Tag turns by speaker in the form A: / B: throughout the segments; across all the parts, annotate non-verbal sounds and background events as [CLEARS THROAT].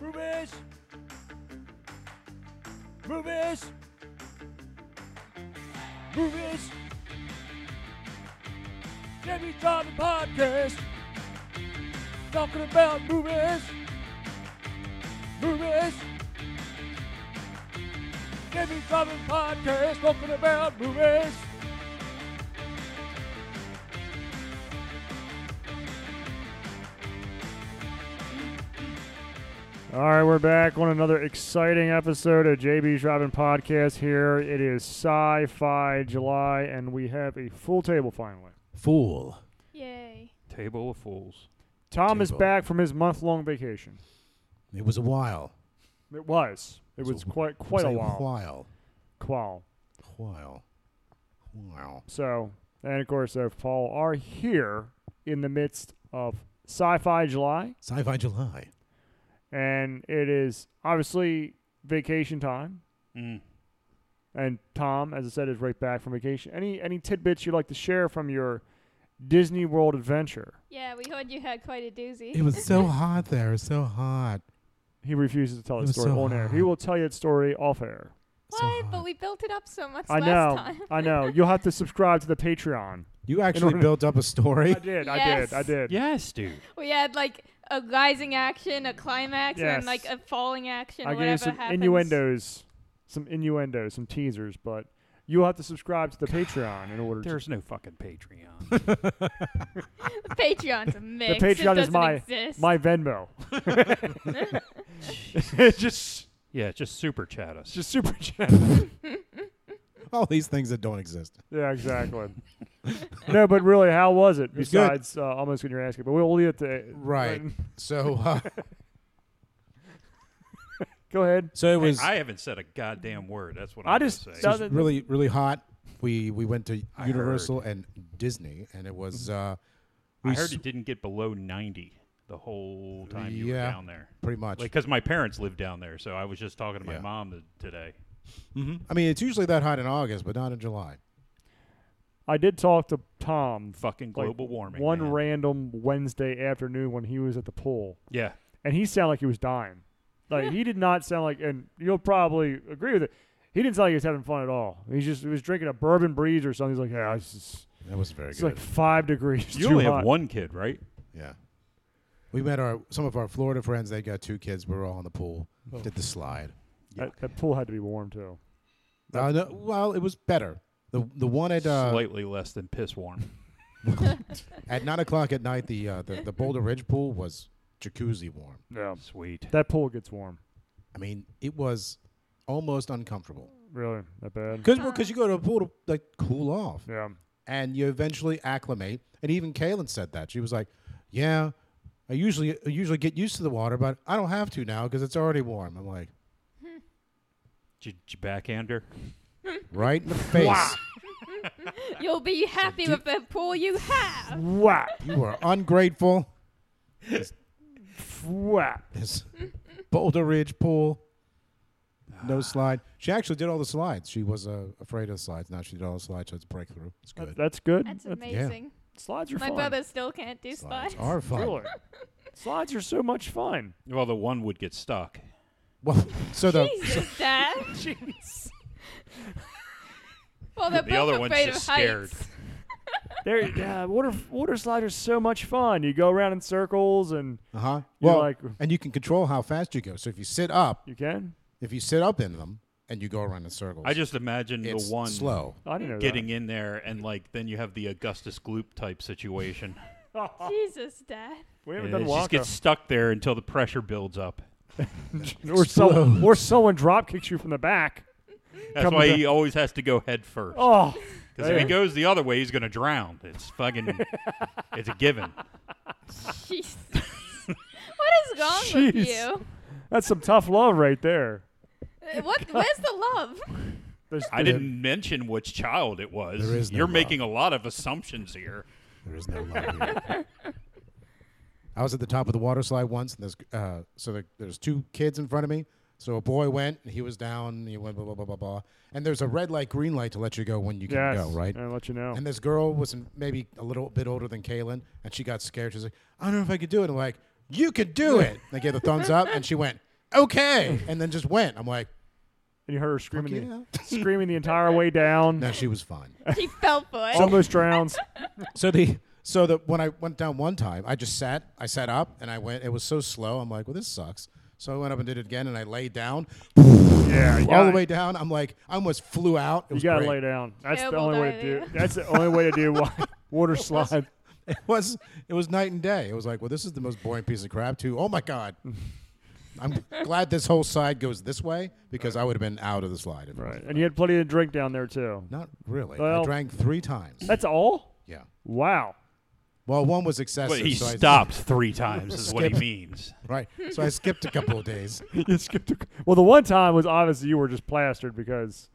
A: Rubish! Rubish! Rubish! Jimmy Johnson Podcast! Talking about movies! Movies! Jimmy Johnson Podcast! Talking about movies!
B: All right, we're back on another exciting episode of JB's Driving Podcast here. It is Sci Fi July, and we have a full table finally.
C: Fool.
D: Yay.
E: Table of Fools.
B: Tom is
C: Table.
B: back from his month long vacation.
C: It was a while.
B: It was. It
C: So
B: was
C: wh-
B: quite quite a
C: Say
B: while.
C: While.
B: Qual.
C: While. While.
B: So, and of course, uh, Paul are here in the midst of Sci Fi July,
C: Sci-fi July.
B: and it is obviously vacation time.
E: Mm.
B: And Tom, as I said, is right back from vacation. Any any tidbits you'd like to share from your Disney World adventure?
D: Yeah, we heard you had quite a doozy.
C: It was so hot there. It was so hot.
B: He refuses to tell
C: It
B: his
C: was
B: story
C: so
B: on air. He
C: hard.
B: will tell you its story off air.
C: So
D: what?
C: hot.
D: but we built it up so much
B: I
D: last
B: know.
D: time. [LAUGHS]
B: I know. You'll have to subscribe to the
C: [LAUGHS]
B: Patreon.
C: You actually
B: order-
C: built up a
B: I [LAUGHS]
C: story.
B: did.
D: Yes.
B: I did. I did.
E: Yes, dude.
D: We had like a rising action, a climax, and
B: Yes.
D: then, like a falling action,
B: I gave
D: whatever
B: you some
D: happens.
B: innuendos, some innuendos, some teasers, but you'll have to subscribe to the Patreon in order to.
E: There's no fucking Patreon.
B: [LAUGHS]
D: Patreon's a
B: Patreon
D: mix. it
B: is
D: doesn't
B: my-
D: exist.
B: My Venmo. just,
E: yeah, [LAUGHS] just super chat us.
B: just super chat.
C: All these things that don't exist.
B: [LAUGHS] Yeah,
C: [LAUGHS]
B: exactly. no, but really, how was it?
C: was good.
B: Besides, uh, almost when you're asking, but we'll leave it to
C: Right. So, uh,
B: Go ahead.
C: so it was
E: I haven't said a goddamn word. That's what
B: I
E: I'm gonna
B: just-
E: say.
B: that-
C: it was really, really hot. We we went to
E: I
C: Universal and Disney, and it was uh,
E: Mm-hmm. I
C: we
E: heard
C: s-
E: it didn't get below 90 the whole time you
C: Yeah.
E: were down there.
C: pretty much.
E: Like, because my parents live down there, so I was just talking to my
C: Yeah.
E: mom th- today.
C: I mean, it's usually that hot in August, but not in July.
B: I did talk to Tom
E: Fucking
B: like,
E: global warming.
B: one
E: man.
B: random Wednesday afternoon when he was at the pool,
E: Yeah.
B: and he sounded like he was dying. Like he did not sound like, and you'll probably agree with it. He didn't sound like he was having fun at all. He just he was drinking a bourbon breeze or something. He's like, yeah, it's, just,
C: That was very
B: it's
C: good.
B: like five degrees.
E: You
B: too
E: only
B: hot."
E: have one kid, right?
C: Yeah. We met our some of our Florida friends. They got two kids. We were all in the pool. Did the slide.
B: That, that pool had to be warm too.
C: Uh, no, well, it was better. The the one at uh,
E: Slightly less than piss warm.
C: at nine o'clock at night. The, uh, the the Boulder Ridge pool was jacuzzi warm.
B: Yeah,
E: Sweet.
B: that pool gets warm.
C: I mean, it was almost uncomfortable
B: Really, that bad?
C: because you go to a pool to like cool off,
B: Yeah.
C: and you eventually acclimate. And even Kaylin said that she was like, "Yeah, I usually I usually get used to the water, but I don't have to now because it's already warm." I'm like,
E: J- j- backhander.
C: right in the face.
D: You'll be happy
C: do-
D: with the pool you have.
B: Whap,
C: you are ungrateful.
B: whap.
C: this Boulder Ridge pool. No slide. She actually did all the slides. She was uh, afraid of the slides. Now she did all the slides, so it's a breakthrough. It's
B: That-
C: good.
B: that's good.
D: That's
B: That's-
D: amazing.
B: slides are
D: My
B: fun.
D: brother still can't do
C: slides
D: slides.
C: are fun.
B: Really. slides are so much fun.
E: Well, the one would get stuck.
C: Well, [LAUGHS] so the
D: [LAUGHS]
B: [LAUGHS]
D: Jesus, Dad.
B: Jeez.
D: Well, they're
E: The
D: both
E: other one's
D: afraid
E: just
D: of
E: scared.
B: [LAUGHS]
D: heights.
B: There, yeah, water water slides are so much fun. You go around in circles, and
C: uh huh.
B: You're
C: Well,
B: like-
C: and you can control how fast you go. So if you sit up,
B: you can.
C: if you sit up in them, and you go around in circles,
E: I just imagine the
C: it's
E: one
C: slow.
B: I didn't know
E: getting in there, and like then you have the Augustus Gloop
C: [LAUGHS]
E: type situation.
B: that.
D: Jesus,
B: [LAUGHS]
D: Dad.
B: we haven't
E: And
B: done
E: it
B: Wonka.
E: just gets stuck there until the pressure builds up.
B: or someone, or someone drop kicks you from the back.
E: That's
B: Come
E: why
B: with
E: he always has to go head first.
B: Oh,
E: Because if he goes the other way, he's gonna drown. It's
C: [LAUGHS]
E: fucking. it's a given.
D: Jesus. what is wrong with
B: Jeez.
D: you?
B: that's some tough love right there.
D: Uh, What? Where's the
B: [LAUGHS]
D: love?
B: There's,
E: I didn't mention which child it was.
C: There is no
E: You're
C: love.
E: making a lot of assumptions here.
C: There is no love here. I was at the top of the water slide once, and there's uh, so there, there's two kids in front of me. So a boy went, and he was down, and he went blah blah blah blah blah. And there's a red light, green light to let you go when you can
B: Yes,
C: go, right?
B: And let you know.
C: And this girl was maybe a little bit older than Kaylin, and she got scared. She's like, I don't know if I could do it. I'm like, you could do it. And I gave the thumbs up, and she went, okay, and then just went. I'm like,
B: and you heard her screaming,
C: yeah. [LAUGHS]
B: the, screaming the entire way down.
C: no, she was fine.
D: He fell for it.
B: Almost drowns.
C: [LAUGHS] So the so the when I went down one time, I just sat, I sat up, and I went. It was so slow. I'm like, well, this sucks. So I went up and did it again, and I laid down
B: yeah, you
C: all the
B: gotta-
C: way down. I'm like, I almost flew out. It
B: You
C: was
B: gotta
C: [LAUGHS] great.
B: lay down. That's the
D: Terrible
B: only way to do.
D: diarrhea.
B: That's the only way to do
C: [LAUGHS]
B: wa- water slide.
C: It was it was night and day. It was like, well, this is the most boring piece of crap. Too. Oh my god. I'm glad this whole side goes this way because I would have been out of the slide. if it was-
B: Right, and you had plenty to drink down there too.
C: Not really.
B: Well-
C: I drank three times.
B: That's all.
C: Yeah.
B: Wow.
C: Well, one was excessive.
E: But he
C: so I-
E: stopped three times, is what he
C: Skip.
E: means.
C: [LAUGHS] Right. So I skipped a couple
B: [LAUGHS]
C: of days.
B: Well, the one time was obviously you were just plastered because,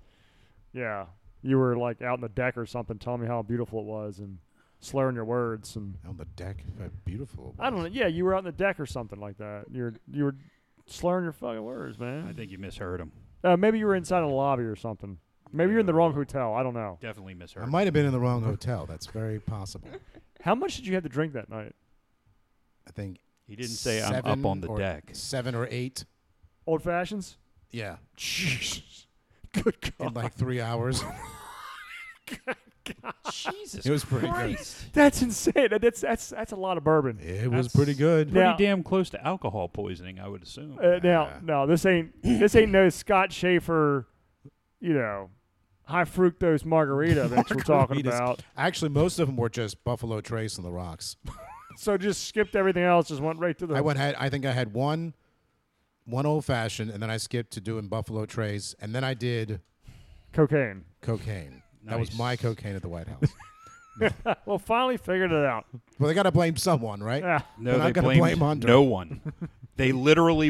B: yeah, you were like out on the deck or something, telling me how beautiful it was and slurring your words and
C: On the deck. How beautiful. it
B: I don't know.
C: was.
B: Yeah, you were out on the deck or something like that. You're you were slurring your fucking words,
E: I
B: man.
E: think you misheard him.
B: Uh, maybe you were inside of the lobby or something. Maybe you're in the wrong hotel. I don't know.
E: Definitely misheard
C: I
E: him.
C: might have been in the wrong hotel. That's very possible.
B: How much did you have to drink that night?
C: I think
E: He didn't say i I'm
C: seven
E: up on the
C: or-
E: deck.
C: [LAUGHS] Seven or eight.
B: Old fashions. [LAUGHS]
E: [LAUGHS]
C: Yeah.
B: Jesus. Good God.
C: In like three hours.
E: Jesus
C: It was pretty good.
E: Christ.
B: That's insane. That- That's that's that's a lot of bourbon.
C: It was pretty good.
B: Now-
E: Pretty damn close to alcohol poisoning, I would assume.
B: Uh, now, no, this ain't this ain't no Scott Schaefer, you know, high fructose margarita that we're talking
C: Margaritas.
B: about.
C: Actually, most of them were just Buffalo Trace and the rocks.
B: So just skipped everything else, just went right to the.
C: I went had I think I had one one old fashioned and then I skipped to doing Buffalo Trace and then I did
B: cocaine.
C: cocaine. That was
E: Nice.
C: my cocaine at the White House. [LAUGHS]
B: Well, finally figured it out.
C: well, they got to blame someone, right?
B: Yeah.
E: no,
C: I'm
E: they
C: not gonna
E: blamed
C: blame Hunter.
E: no one. they literally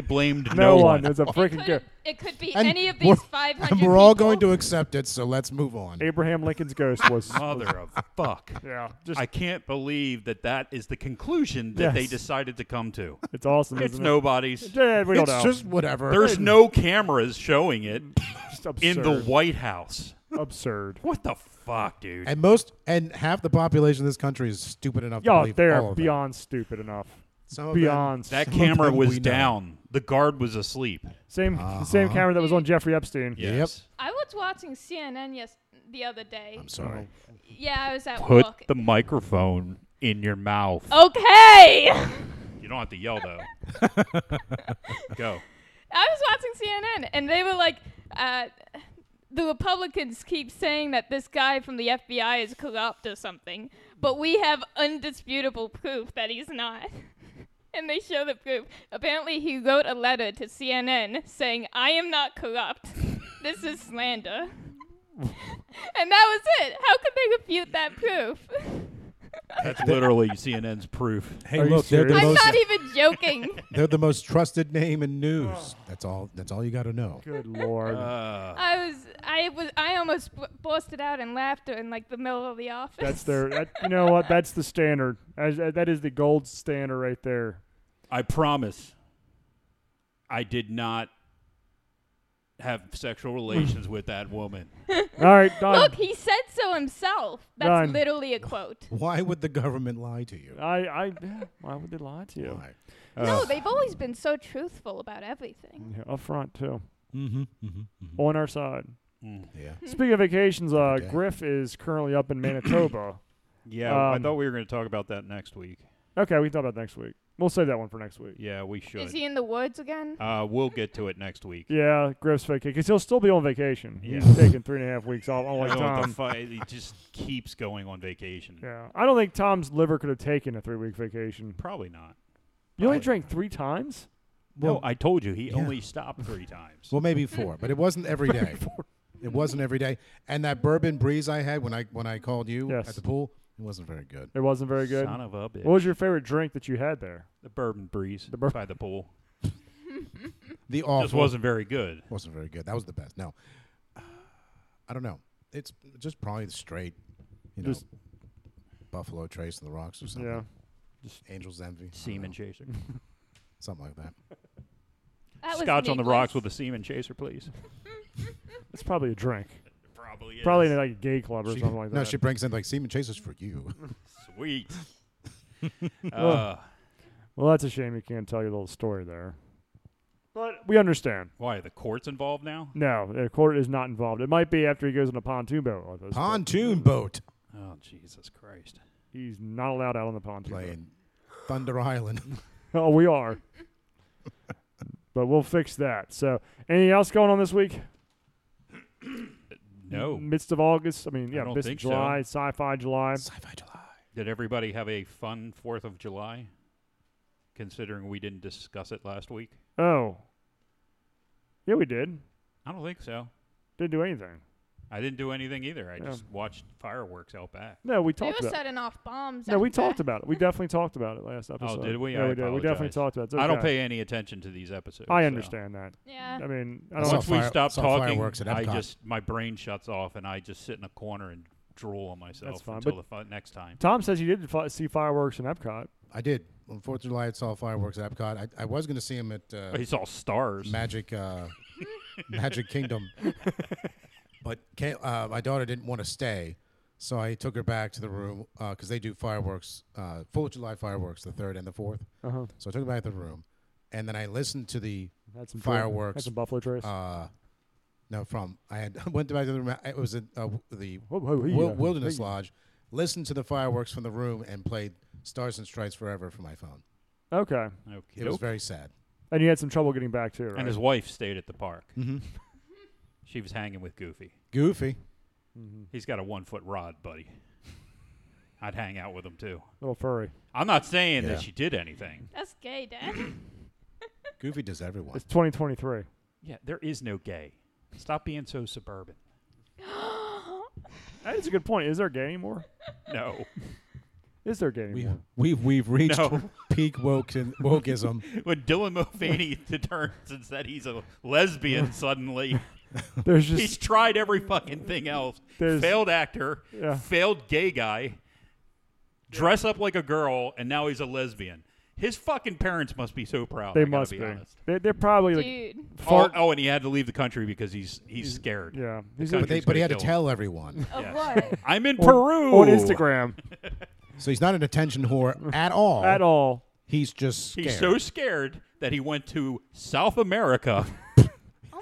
C: [LAUGHS]
E: blamed
B: No, one.
E: one.
B: There's a freaking
D: Could-
B: good
D: It could be
C: And
D: any of
C: we're-
D: these 500
C: And [LAUGHS] [LAUGHS] we're all
D: people.
C: going to accept it, so let's move on.
B: Abraham Lincoln's ghost
C: [LAUGHS]
B: was.
E: [LAUGHS] Mother of fuck.
B: yeah, just
E: I can't believe that that is the conclusion that they
B: Yes.
E: decided to come to.
B: it's awesome.
E: It's
B: isn't
E: nobody's.
B: It? Yeah, we don't
C: it's
B: know.
C: just whatever.
E: There's no cameras showing it
C: Mm,
B: Just absurd.
E: in the White House.
B: absurd.
E: What the fuck, dude?
C: and most and half the population of this country is stupid enough to
B: Y'all,
C: believe all
B: they're
C: of Oh,
B: beyond stupid enough.
C: it. Some of them-
B: Beyond
E: That
C: Some of
E: camera
C: them we
E: was
C: know.
E: down. The guard was asleep.
B: Same same
C: Uh-huh.
B: camera that was on Jeffrey Epstein.
C: Yep.
D: I was watching CNN yes the other day.
C: I'm sorry.
D: Yeah, I was at
E: Put
D: work.
E: the microphone in your mouth.
D: Oh. okay.
E: You don't have to yell though.
C: [LAUGHS]
E: Go.
D: I was watching CNN, and they were like, uh, the Republicans keep saying that this guy from the FBI is corrupt or something, but we have undisputable proof that he's not. [LAUGHS] and they show the proof. Apparently, he wrote a letter to CNN saying, I am not corrupt. this is slander. [LAUGHS] and that was it. How could they refute that proof?
E: That's literally CNN's proof.
C: Hey,
B: Are you
C: look, they're the,
B: serious?
D: I'm
C: most,
D: not even joking.
C: they're the most trusted name in
B: Oh.
C: news. That's all. That's all you got to know.
B: Good lord.
E: Uh,
D: I was, I was, I almost b- busted out in laughter in like the middle of the office.
B: That's their. That, you know what? That's the standard. As, uh, that is the gold standard right there.
E: I promise. I did not have sexual relations with that woman.
B: All right, done.
D: Look, he said so himself. That's
B: Done.
D: literally a quote.
C: Why would the government lie to you?
B: I, I, yeah, why would they lie to you?
C: Why?
D: [LAUGHS]
E: Uh,
D: No, they've always been so truthful about everything.
B: Yeah, up front too,
C: Mm-hmm, mm-hmm,
B: on our side.
E: mm.
C: Yeah.
B: Speaking of vacations, uh,
C: day.
B: Griff is currently up in
E: [COUGHS]
B: Manitoba.
E: Yeah, I
B: Um,
E: thought we were going to talk about that next week.
B: okay, we can talk about it next week. We'll save that one for next week.
E: Yeah, we should.
D: Is he in the woods again?
E: uh, we'll get to it next week.
B: Yeah, Griff's vacation because he'll still be on vacation.
E: Yeah.
B: He's taking three and a half weeks off. Unlike
E: I don't know [LAUGHS] what the
B: Tom.
E: fu- he just keeps going on vacation.
B: Yeah, I don't think Tom's liver could have taken a three-week vacation.
E: Probably not.
B: You only
E: Probably.
B: drank three times.
E: no, I told you he only stopped three times.
C: Well, maybe four, but it wasn't every day. It wasn't every day. And that bourbon breeze I had when I when I called you
B: Yes.
C: at the pool, it wasn't very good.
B: It wasn't very good.
E: Son of a bitch.
B: What was your favorite drink that you had there?
E: the bourbon breeze
B: The bur-
E: by the pool.
C: The awful
E: Just wasn't very good.
C: wasn't very good. That was the best. No, I don't know. It's just probably the straight, you know,
B: Just-
C: Buffalo Trace and the Rocks or something.
B: Yeah.
C: Angels Envy, I don't
E: Semen
C: know,
E: chaser.
C: something like that.
D: That was
E: Scotch on the
D: needless.
E: rocks with a semen chaser, please.
B: It's probably a drink.
E: Probably.
B: Probably in like a gay club or
C: She-
B: something like that.
C: no, she brings in like semen chasers for you.
B: [LAUGHS]
E: Sweet. uh,
B: Well, that's a shame you can't tell your little story there. But we understand.
E: Why? The court's involved now?
B: No, the court is not involved. It might be after he goes on a pontoon boat. with us, but
C: [LAUGHS] Pontoon boat
E: Oh, Jesus Christ.
B: He's not allowed out on the pontoon. boat.
C: playing Thunder Island.
B: [LAUGHS] Oh, we
E: [LAUGHS]
B: are. but we'll fix that. So, anything else going on this week?
E: No.
B: Midst of August. I mean, yeah,
E: I don't
B: midst of
E: think so.
B: July, sci-fi July.
C: Sci-fi July.
E: Did everybody have a fun 4th of July? Considering we didn't discuss it last week?
B: Oh, yeah, we did.
E: I don't think so.
B: Didn't do anything.
E: I didn't do anything either. I
B: Yeah.
E: just watched fireworks out back.
B: No, we
D: They
B: talked
D: were
B: about.
D: setting off bombs.
B: No, we
D: after
B: talked
D: that.
B: about it. We definitely talked about it last episode.
E: Oh, did we?
B: Yeah,
E: I
B: we did. We definitely
E: apologize.
B: talked about it. It's
E: I don't
B: okay.
E: pay any attention to these episodes.
B: I
E: so.
B: understand that.
D: Yeah.
B: I mean, I don't.
C: That's all.
E: Once we
C: fire-
E: stop
C: saw
E: talking,
C: fireworks at
E: I
C: Epcot.
E: just my brain shuts off and I just sit in a corner and drool on myself
B: That's fine,
E: until the fu- next time.
B: Tom says you did fi- see fireworks in Epcot.
C: I did. On Fourth of July, I saw fireworks at Epcot. I, I was going to see him at uh,
E: It's all stars.
C: Magic uh,
B: [LAUGHS]
C: Magic Kingdom, but ca uh, my daughter didn't want to stay, so I took her back to the room because they do fireworks, uh, Fourth of July fireworks, the third and the fourth.
B: Uh huh.
C: So I took her back to the room, and then I listened to the
B: That's some
C: Fireworks.
B: That's some Buffalo Trace.
C: uh, no from I had [LAUGHS] went back to the room. It was at uh, the
B: Whoa, whoa, hey,
C: Wil-
B: uh,
C: Wilderness
B: hey.
C: Lodge. Listened to the fireworks from the room and played Stars and Stripes Forever from my phone.
B: Okay.
E: Okey
C: It was
E: doke.
C: very sad.
B: And you had some trouble getting back too, right?
E: And his wife stayed at the park.
C: Mm-hmm.
E: [LAUGHS] She was hanging with Goofy.
C: Goofy.
B: Mhm.
E: He's got a one foot rod, buddy. I'd hang out with him too.
B: Little furry.
E: I'm not saying
C: Yeah.
E: that she did anything.
D: That's gay, Dad.
C: Goofy does everyone.
B: It's 2023.
E: Yeah, there is no gay. Stop being so suburban.
B: That is a good point. Is there gay anymore?
E: No.
B: Is there gay
C: We
E: [LAUGHS]
B: anymore?
C: we've we've reached
E: No.
C: peak woken,
E: [LAUGHS]
C: wokeism.
E: [LAUGHS] when
B: [LAUGHS]
E: Dylan Mulvaney turns and said he's a lesbian suddenly,
B: There's
E: he's
B: just
E: tried every fucking thing else.
B: There's-
E: failed actor,
B: Yeah.
E: failed gay guy, dress up like a girl, and now he's a lesbian. His fucking parents must be so proud.
B: [LAUGHS] they
E: I gotta
B: must
E: be.
B: be.
E: honest.
B: They, they're probably like
D: [GASPS] Dude.
E: Oh,
B: fart.
E: oh, and he had to leave the country because he's he's scared.
B: [LAUGHS] Yeah, he's
E: Because-
B: a,
C: But they
E: He's
C: but he
E: gonna
C: had to
E: kill him.
C: tell everyone.
D: Of
E: Yes.
C: [LAUGHS]
D: what?
E: I'm in
B: on-
E: Peru
B: on Instagram
C: So he's not an attention whore
E: [LAUGHS]
C: at all.
B: at all.
C: He's just scared.
E: He's so scared that he went to
B: [LAUGHS]
E: South America,
D: Oh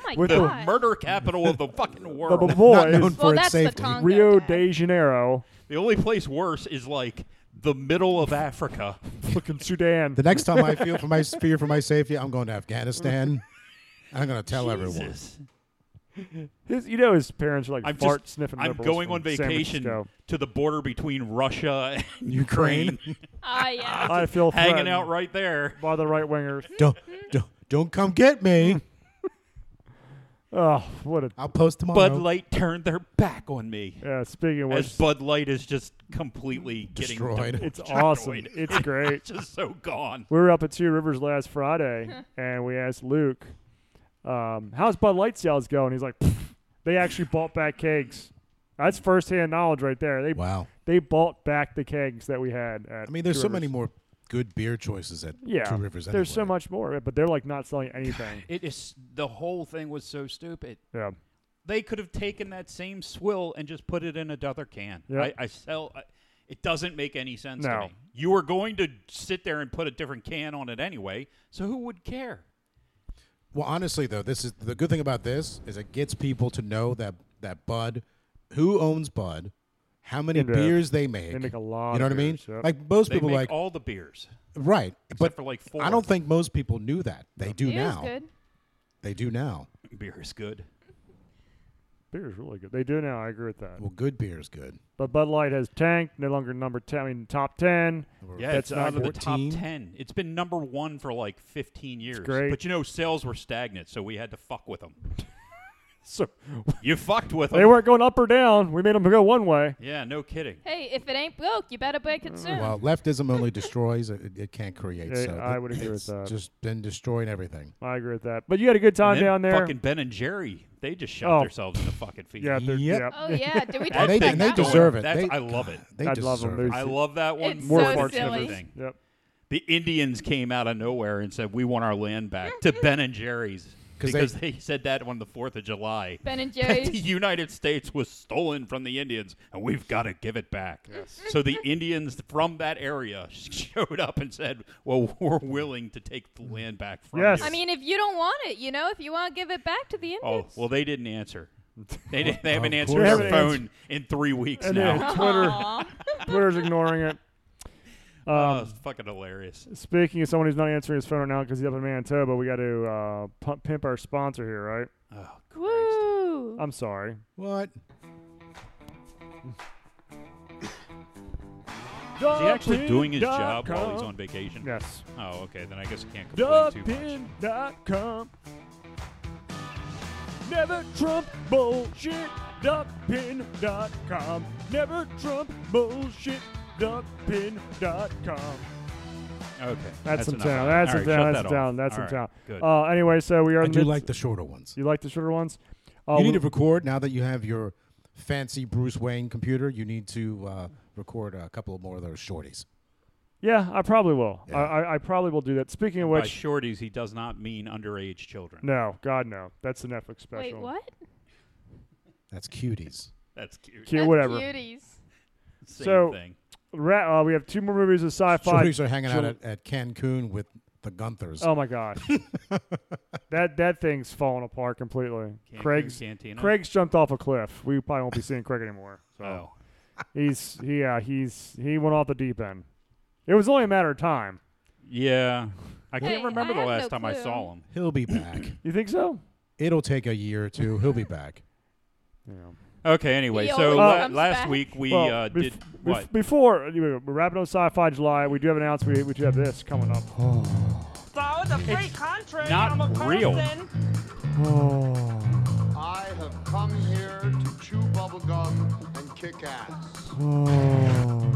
D: my
B: With the
E: the
D: god.
E: murder capital of the fucking
B: The
E: world.
C: not known
B: boys,
D: [LAUGHS]
C: for
D: Well,
C: its
D: that's the
C: safety.
D: Tonga
B: Rio
D: guy.
B: de Janeiro,
E: The only place worse is like the middle of Africa.
B: [LAUGHS] fucking Sudan.
C: [LAUGHS] The next time I feel for my fear for my safety, I'm going to Afghanistan. I'm going to tell everyone.
E: Jesus.
B: His, you know, his parents are like
E: I'm
B: fart
E: just
B: sniffing.
E: I'm
B: liberals
E: going
B: from
E: on
B: San
E: vacation
B: Francisco.
E: to the border between Russia [LAUGHS]
B: [LAUGHS]
E: and Ukraine.
D: Ah, yeah.
B: I feel
E: hanging
B: threatened
E: out right there.
B: by the right wingers.
C: Don't, don't don't come get me.
B: Oh, what a
C: I'll post
E: Bud
B: Oh,
C: tomorrow.
E: Light turned their back on me.
B: yeah. Speaking of
E: As
B: which,
E: Bud Light is just completely
C: Destroyed.
E: getting
B: it's awesome.
E: [LAUGHS] destroyed.
B: It's great.
E: It's just so gone.
B: we were up at Two Rivers last Friday, and we asked Luke, um, "How's Bud Light sales going?" He's like, "Pfft, "They actually bought back kegs. That's firsthand knowledge right there. They
C: wow.
B: they bought back the kegs that we had." At
C: I mean, there's
B: Two
C: so
B: Rivers.
C: many more good beer choices at
B: Yeah,
C: Two Rivers.
B: there's so
C: anyway.
B: much more, but they're like not selling anything.
E: It is the whole thing was so stupid.
B: yeah,
E: They could have taken that same swill and just put it in another can.
B: Yeah.
E: I, I sell. I, it doesn't make any sense
B: No.
E: to me. You were going to sit there and put a different can on it anyway, so who would care?
C: Well, honestly, though, this is the good thing about this is it gets people to know that that Bud, who owns Bud, how many
B: And, uh,
C: beers they make.
B: they make a lot.
C: you know
B: of
C: what I mean?
B: beers, yeah.
C: Like most
E: They
C: people,
E: make
C: like
E: all the beers.
C: right, but
E: Except for like four.
C: I don't think most people knew that. They do
D: It was
C: now.
D: good.
C: They do now.
E: beer is good.
B: beer is really good. They do now. I agree with that.
C: Well, good beer is good.
B: But Bud Light has tanked, no longer number ten. I mean, top ten. [LAUGHS]
E: Yeah,
B: That's
E: it's out
B: not
E: of the top
C: 14?
E: ten. It's been number one for like fifteen years.
B: great.
E: But you know, sales were stagnant, so we had to fuck with them.
B: So
E: you fucked with them.
B: they weren't going up or down. We made them go one way.
E: Yeah, no kidding.
D: Hey, if it ain't broke, you better break it soon.
C: Well, leftism only destroys; it, it can't create.
B: Yeah,
C: so
B: I
C: th-
B: would agree with
C: it's
B: that.
C: Just been destroying everything.
B: I agree with that. But you had a good time
E: And then
B: down there.
E: Fucking Ben and Jerry, they just shot
B: Oh.
E: themselves in the fucking feet.
B: yeah, they're-
C: Yep.
B: yeah.
D: oh
C: [LAUGHS]
D: yeah. Did we
E: That
C: And
D: talk
C: they,
D: about
E: thing's
C: and they
D: that?
E: going-
C: deserve it.
E: That's-
C: They-
E: I love it.
C: They
B: I'd love 'em.
C: deserve
B: There's-
E: I love that one
D: It's
E: more
D: so
E: parts than
D: silly.
E: everything.
B: Yep.
D: [LAUGHS]
E: The Indians came out of nowhere and said, "We want our land back." to Ben and Jerry's,
C: 'Cause
E: because
C: they-
E: they, said that on the Fourth of July.
C: [LAUGHS]
D: Ben and
E: That the
D: Jerry's.
E: United States was stolen from the Indians, and we've got to give it back. So the Indians from that area [LAUGHS] showed up and said, "Well, we're willing to take the land back from
B: Yes.
E: you."
D: I mean, if you don't want it, you know, if you want to give it back to the
E: oh
D: Indians.
E: well, they didn't answer. They
B: [LAUGHS]
E: didn't, they haven't
C: Of
E: answered
B: course.
E: their
B: They haven't
E: phone in three weeks
B: And
E: now.
B: then Twitter,
D: Aw.
B: Twitter's ignoring
E: [LAUGHS]
B: it. Um,
E: oh, it's fucking hilarious.
B: speaking of someone who's not answering his phone right now because he's up in Manitoba, we got to uh, pump, pimp our sponsor here, right?
E: Oh, Christ.
D: Woo.
B: I'm sorry.
C: What?
E: Is he actually doing his job while he's on vacation?
B: Yes.
E: Oh, okay. Then I guess I can't complain too much.
B: Duckpin.com. Never Trump bullshit. Duckpin.com. Never Trump bullshit. Duckpin.com.
E: Okay.
B: That's in
E: enough.
B: town. That's
E: All
B: in town. That's in
E: right, shut that
B: town.
E: off.
B: That's
E: All
B: in
E: right,
B: town.
E: Good.
B: Uh, anyway, so we are.
C: I
B: in
C: do
B: the-
C: like the shorter ones.
B: You like the shorter ones? Uh,
C: You
B: we-
C: need to record now that you have your fancy Bruce Wayne computer. You need to uh, record a couple more of those shorties.
B: yeah, I probably will.
C: Yeah.
B: I, I, I probably will do that. Speaking of
E: By
B: which,
E: shorties, he does not mean underage children.
B: Uh, no, God no, that's the Netflix special.
D: Wait, what?
C: That's cuties.
E: That's cute.
B: Cute,
D: That's
B: whatever.
D: Cuties.
E: Same
B: So-
E: thing.
B: Ra- uh, we have two more movies of sci-fi.
C: Shorties are hanging out
B: Jul-
C: at, at Cancun with the Gunthers.
B: Oh my [LAUGHS] gosh, that that thing's falling apart completely.
E: Cancun
B: Craig's
E: Cantina.
B: Craig's jumped off a cliff. We probably won't be seeing Craig anymore. So
E: Oh.
B: he's yeah he's he went off the deep end. It was only a matter of time.
E: Yeah. I
D: Hey,
E: can't remember
D: I
E: the
D: have
E: last
D: no
E: time I
D: clue.
E: saw him.
C: He'll be back.
B: [COUGHS] You think so?
C: It'll take a year or two. He'll be back.
B: Yeah.
E: Okay, anyway,
D: He
E: so
D: always
E: la-
D: comes
E: last
D: back.
E: week we
B: Well,
E: uh,
B: bef-
E: did
B: bef-
E: what?
B: Before anyway, we're wrapping up Sci-Fi July. We do have an announcement. We, we do have this coming up.
F: So the free country.
E: not
F: I'm a
E: real.
F: person.
B: Oh,
G: I have come here to chew bubblegum and kick ass.
B: oh,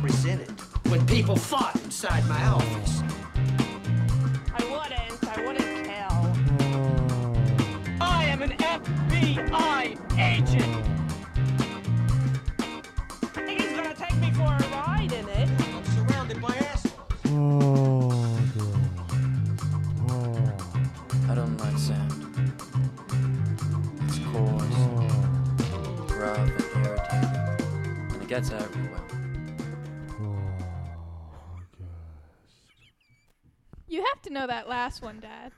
H: presented when people fought inside my office.
F: I wouldn't. I wouldn't tell. I am an FBI agent. I think he's gonna take me for a ride in it.
H: I'm surrounded by assholes.
B: Oh,
I: I don't like sand. It's coarse, rough, and irritating, and it gets everywhere.
D: You have to know that last one, Dad.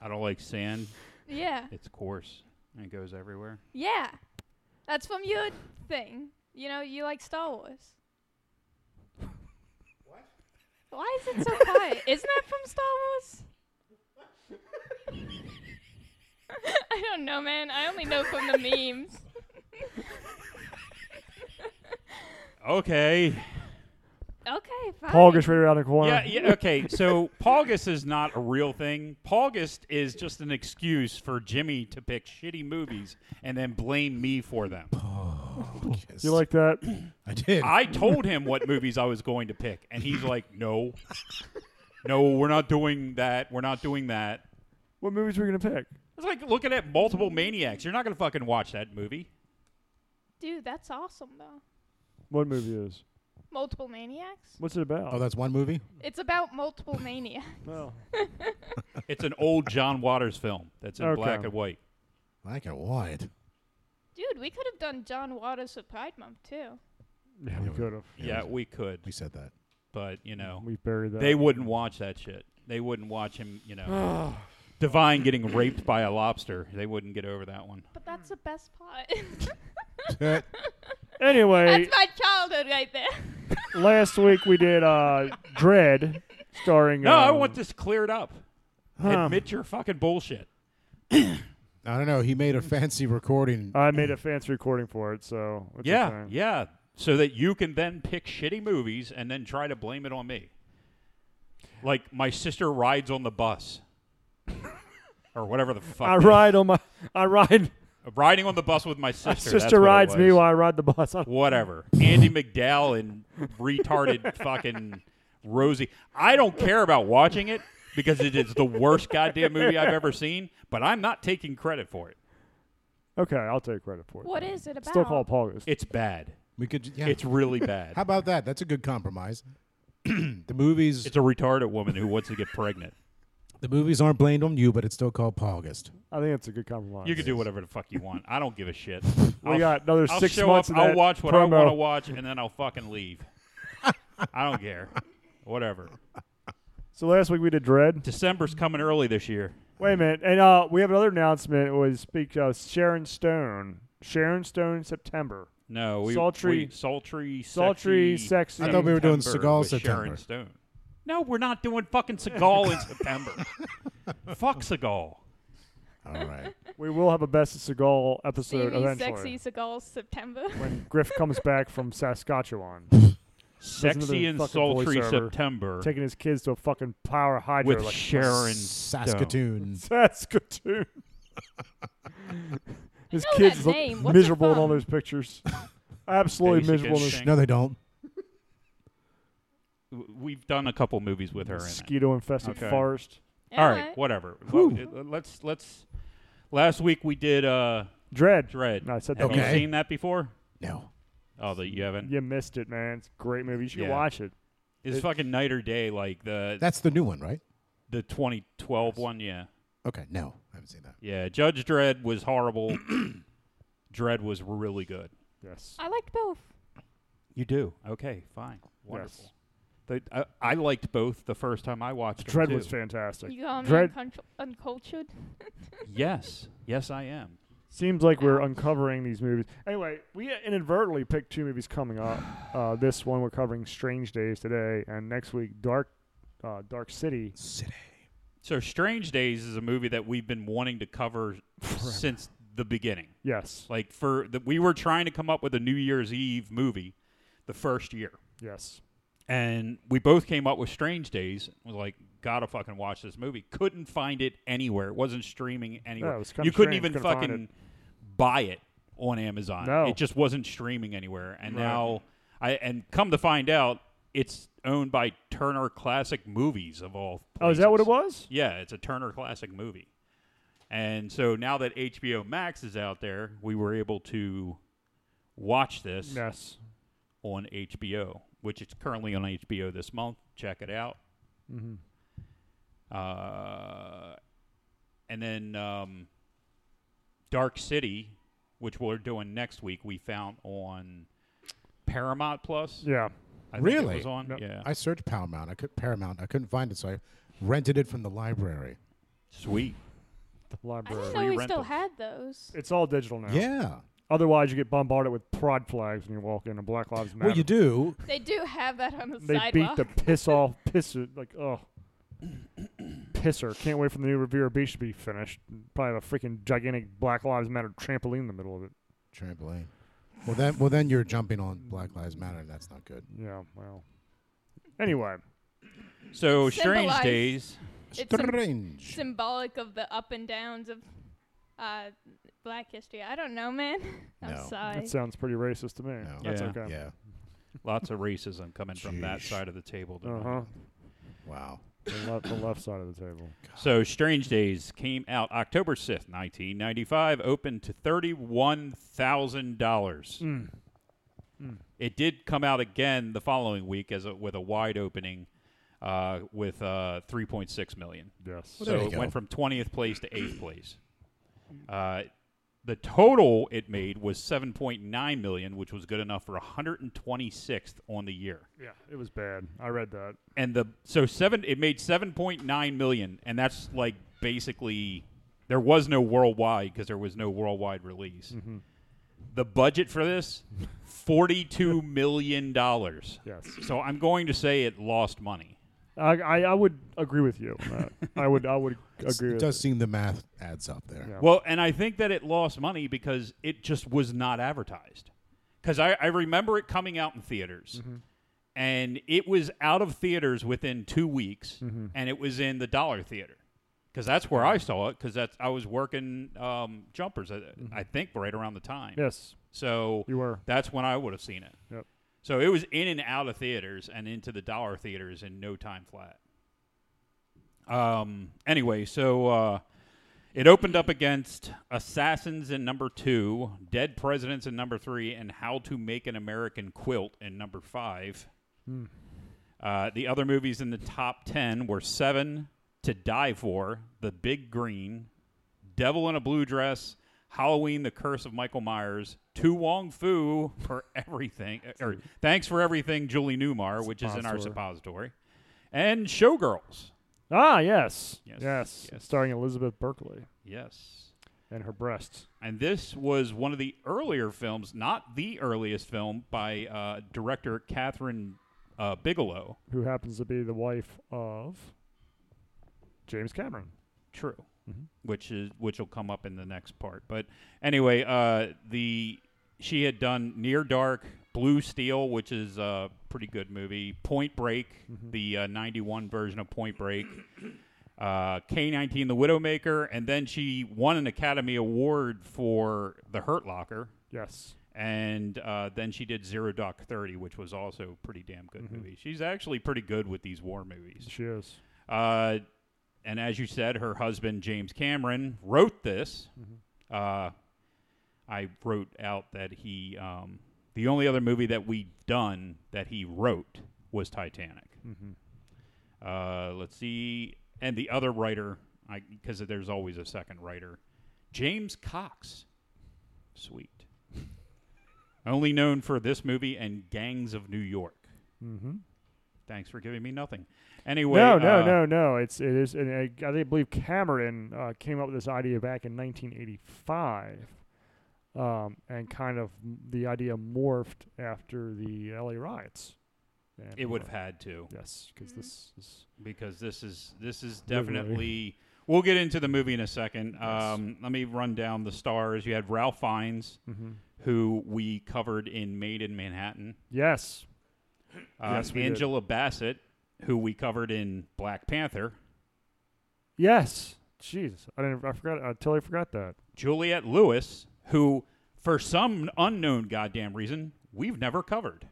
E: I don't like sand.
D: Yeah.
E: It's coarse. and It goes everywhere.
D: Yeah. That's from your thing. You know, you like Star Wars. What? Why is it so quiet? Isn't that from Star Wars? [LAUGHS] I don't know, man. I only know from the memes.
E: Okay.
D: Okay, fine.
B: Paul gets right around the corner.
E: Yeah, yeah, okay. So Paugus is not a real thing. Paugus is just an excuse for Jimmy to pick shitty movies and then blame me for them.
C: Yes.
B: You like that?
C: I did.
E: I told him what movies I was going to pick, and he's like, "No, no, we're not doing that. We're not doing that."
B: What movies were you gonna pick?
E: It's like looking at multiple maniacs. You're not going to fucking watch that movie.
D: Dude, that's awesome, though.
B: What movie is?
D: Multiple maniacs?
B: What's it about?
C: oh, that's one movie?
D: It's about multiple maniacs.
B: Well,
E: It's an old John Waters film that's in
B: Okay.
E: black and white.
C: Black and white.
D: Dude, we could have done John Waters for Pride Month, too.
B: yeah, we could have.
E: Yeah, we could,
C: We said that. [LAUGHS]
E: but you know,
B: We buried that.
E: they wouldn't watch that shit. They wouldn't watch him. You know, [SIGHS] Divine getting raped by a lobster. They wouldn't get over that one.
D: But that's the best part.
B: anyway,
D: [LAUGHS] that's my childhood right there.
B: last week we did uh, Dread, starring.
E: No, I
B: um,
E: want this cleared up.
B: Huh.
E: Admit your fucking bullshit.
C: I don't know. He made a fancy recording.
B: I made a fancy recording for it, so it's
E: Yeah,
B: okay.
E: yeah. So that you can then pick shitty movies and then try to blame it on me. Like my sister rides on the [LAUGHS] bus, or whatever the fuck.
B: I
E: that-
B: ride on my. I ride.
E: riding on the bus with my sister.
B: My
E: [LAUGHS] that's what
B: sister
E: it
B: rides me
E: was.
B: while I ride the bus. I-
E: Whatever. Andy McDowell and
B: [LAUGHS]
E: retarded fucking Rosie. I don't care about watching it because it is the worst goddamn movie I've ever seen. But I'm not taking credit for it.
B: Okay, I'll take credit for it.
D: [LAUGHS] What
B: then.
D: is it about?
B: Still call Paul. It's
E: It's bad.
C: We could. Yeah.
E: It's really bad.
C: How about that? That's a good compromise. [CLEARS THROAT] the
B: [LAUGHS]
C: movies.
E: It's a retarded woman who wants to get pregnant.
C: The movies aren't blamed on you, but it's still called August.
B: I think it's a good compromise.
E: You can do whatever the fuck you want. I don't give a shit.
B: We got another
E: I'll
B: six
E: show
B: months
E: Up,
B: of
E: I'll
B: that
E: watch what
B: promo.
E: I want to watch, and then I'll fucking leave. I
B: [LAUGHS]
E: don't care. Whatever.
B: So last week we did Dread.
E: December's coming early this year.
B: Wait a minute, and uh, we have another announcement. It was speak of Sharon Stone. Sharon Stone, September.
E: No, we
B: sultry,
E: we, sultry,
B: sultry, sexy.
C: I thought we were doing
E: September
C: Seagal
E: with
C: September.
E: Sharon Stone. No, we're not doing fucking Seagal in
B: [LAUGHS]
E: September. Fuck Seagal.
C: All right.
B: We will have a best of Seagal
D: See
B: episode
D: me,
B: eventually
D: sexy Seagal, September.
B: when Griff comes back from Saskatchewan, Listen to
E: Sexy
B: the
E: and
B: fucking
E: sultry
B: voiceover.
E: September
B: taking his kids to a fucking power hydro
E: with
B: like
E: Sharon Stone.
C: Saskatoon.
E: [LAUGHS]
B: Saskatoon. his
D: know
B: kids
D: that
B: look
D: name. What's it
B: miserable in all
D: from?
B: those
E: [LAUGHS]
B: pictures. Absolutely
E: Basic as
B: miserable. In those
E: shit.
C: No, they don't.
E: W- We've done a couple movies with her in it.
B: mosquito infested
E: Okay.
B: forest.
D: [LAUGHS]
E: All
D: All
E: right, whatever. Well, uh, Let's let's. Last week we did uh,
B: Dread.
E: Dread.
B: No, I said
E: Have
B: that.
E: you
C: Okay.
E: seen that before?
C: No.
E: Oh, that you haven't.
B: You missed it, man. It's a great movie. You should
E: Yeah.
B: watch it.
E: It's fucking night or day, like the
C: That's the new one, right?
E: the 2012 one. Yeah,
C: Okay, no. I haven't seen that.
E: yeah. Judge Dredd was horrible. [CLEARS THROAT] Dredd was really good.
B: Yes.
D: I liked both.
E: You do? Okay, fine, wonderful. They- I, I liked both the first time I watched. them,
B: Dread
E: too.
B: was fantastic.
D: You call me
B: Dread
D: uncult- uncultured?
E: Yes, yes, I am.
B: seems like we're uncovering these movies. Anyway, we inadvertently picked two movies coming up. Uh, this one we're covering Strange Days today, and next week Dark, uh, Dark City.
C: City.
E: So, Strange Days is a movie that we've been wanting to cover since the beginning.
B: Yes.
E: Like for the, we were trying to come up with a New Year's Eve movie, the first year,
B: Yes.
E: and we both came up with Strange Days. Was like, gotta fucking watch this movie. Couldn't find it anywhere. It wasn't streaming anywhere.
B: it was kinda
E: you couldn't
B: strange.
E: even
B: Couldn't find
E: fucking buy it on Amazon.
B: No.
E: It just wasn't streaming anywhere. And
B: Right.
E: now I and come to find out, it's owned by Turner Classic Movies of all.
B: Oh, is that what
E: places.
B: it was?
E: Yeah, it's a Turner Classic movie. And so now that HBO Max is out there, we were able to watch this
B: Yes.
E: on HBO, which is currently on HBO this month. Check it out.
B: hmm
E: Uh, and then um, Dark City, which we're doing next week, we found on Paramount Plus.
B: Yeah.
E: I think it
C: Really?
E: was on.
B: No.
E: Yeah.
C: I searched Paramount. I could Paramount. I couldn't find it, so I rented it from the library.
E: Sweet.
B: The
D: I didn't
B: library.
D: know we
E: Free
D: still
E: rentals.
D: had
B: [LAUGHS]
D: those.
B: It's all digital now.
C: Yeah.
B: Otherwise, you get bombarded with prod flags when you walk in, and Black Lives Matter.
C: Well, you do.
D: They do have that on the
B: They beat
D: sidewalk.
B: the piss off pisser. Like, oh, pisser. Can't wait for the new Revere Beach to be finished. Probably have a freaking gigantic Black Lives Matter trampoline in the middle of it.
C: Trampoline. Well, then, well, then you're jumping on Black Lives Matter, and that's not good.
B: Yeah, well. Anyway,
E: So Strange
D: Symbolize.
E: Days.
D: It's some-
C: Strange.
D: [LAUGHS] symbolic of the up and downs of uh, Black history. I don't know, man. [LAUGHS] I'm
C: No.
D: sorry.
B: that sounds pretty racist to me.
C: No.
B: That's
E: Yeah.
B: okay.
C: yeah.
E: Lots of racism coming from that
C: Jeez.
E: side of the table.
B: Uh
E: tonight.
B: huh.
C: Wow.
B: The, left, the left side of the table.
E: So, Strange Days came out October 6th, 1995, opened to $31,000.
B: Mm.
E: It did come out again the following week as a, with a wide opening uh, with uh, 3.6 million.
B: Yes.
C: Well,
E: so,
C: there you
E: it went
C: go.
E: from 20th place to 8th place. Uh, the total it made was 7.9 million, which was good enough for 126th on the year
B: yeah, it was bad. I read that.
E: and the so seven it made 7.9 million and that's like basically there was no worldwide because there was no worldwide release the budget for this 42 million dollars
B: Yes.
E: so i'm going to say it lost money
B: I, I, I would agree with you. on that. I would I would agree
C: It
B: with
C: does seem the math adds up there.
B: Yeah.
E: well and i think that it lost money because it just was not advertised because I, I remember it coming out in theaters
B: Mm-hmm.
E: and it was out of theaters within two weeks
B: Mm-hmm.
E: and it was in the dollar theater because that's where i saw it because that's i was working um, jumpers I, I think right around the time
B: Mm-hmm. Yes,
E: so
B: you were.
E: that's when i would have seen it
B: Yep.
E: so it was in and out of theaters and into the dollar theaters in no time flat um anyway so uh it opened up against Assassins in number two, Dead Presidents in number three, and How to Make an American Quilt in number five. Uh, the other movies in the top 10 were Seven, to die for, The Big Green, Devil in a Blue Dress, Halloween, The Curse of Michael Myers, Tu Wong Fu for [LAUGHS] everything, or Thanks for Everything, Julie Newmar, which is in our suppository, and Showgirls.
B: Ah, yes.
E: Yes,
B: Yes. Starring Elizabeth Berkley
E: Yes.
B: and her breasts.
E: And this was one of the earlier films, not the earliest film, by uh, director Catherine uh, Bigelow.
B: who happens to be the wife of James Cameron.
E: True. Mm-hmm. Which is which will come up in the next part. But anyway, uh, the she had done Near Dark, Blue Steel, which is a pretty good movie. Point Break, the uh, '91 version of Point Break. Uh, K-19, The Widowmaker, and then she won an Academy Award for The Hurt Locker,
B: Yes.
E: and uh, then she did Zero Dark Thirty, which was also a pretty damn good movie. She's actually pretty good with these war movies.
B: She is.
E: Uh, and as you said, her husband James Cameron wrote this. Uh, I wrote out that he um, the only other movie that we done that he wrote was Titanic.
B: Mm-hmm.
E: Uh, let's see, and the other writer, because there's always a second writer, James Cox. Sweet. [LAUGHS] Only known for this movie and Gangs of New York.
B: Mm-hmm.
E: Thanks for giving me nothing. Anyway,
B: no, no,
E: uh,
B: no, no. It's it is. And I, I think- believe Cameron uh, came up with this idea back in 1985, um, and kind of m- the idea morphed after the LA riots. And
E: It
B: people-
E: would have had to
B: Yes, because this is
E: because this is this is
B: Literally.
E: definitely. We'll get into the movie in a second. Um, Let me run down the stars. You had Ralph Fiennes, who we covered in Made in Manhattan.
B: yes,
E: Uh,
B: Yes, we did.
E: Angela Bassett, who we covered in Black Panther.
B: yes. Jeez, I didn't. I forgot. I totally forgot that.
E: Juliette Lewis, who for some unknown goddamn reason we've never covered.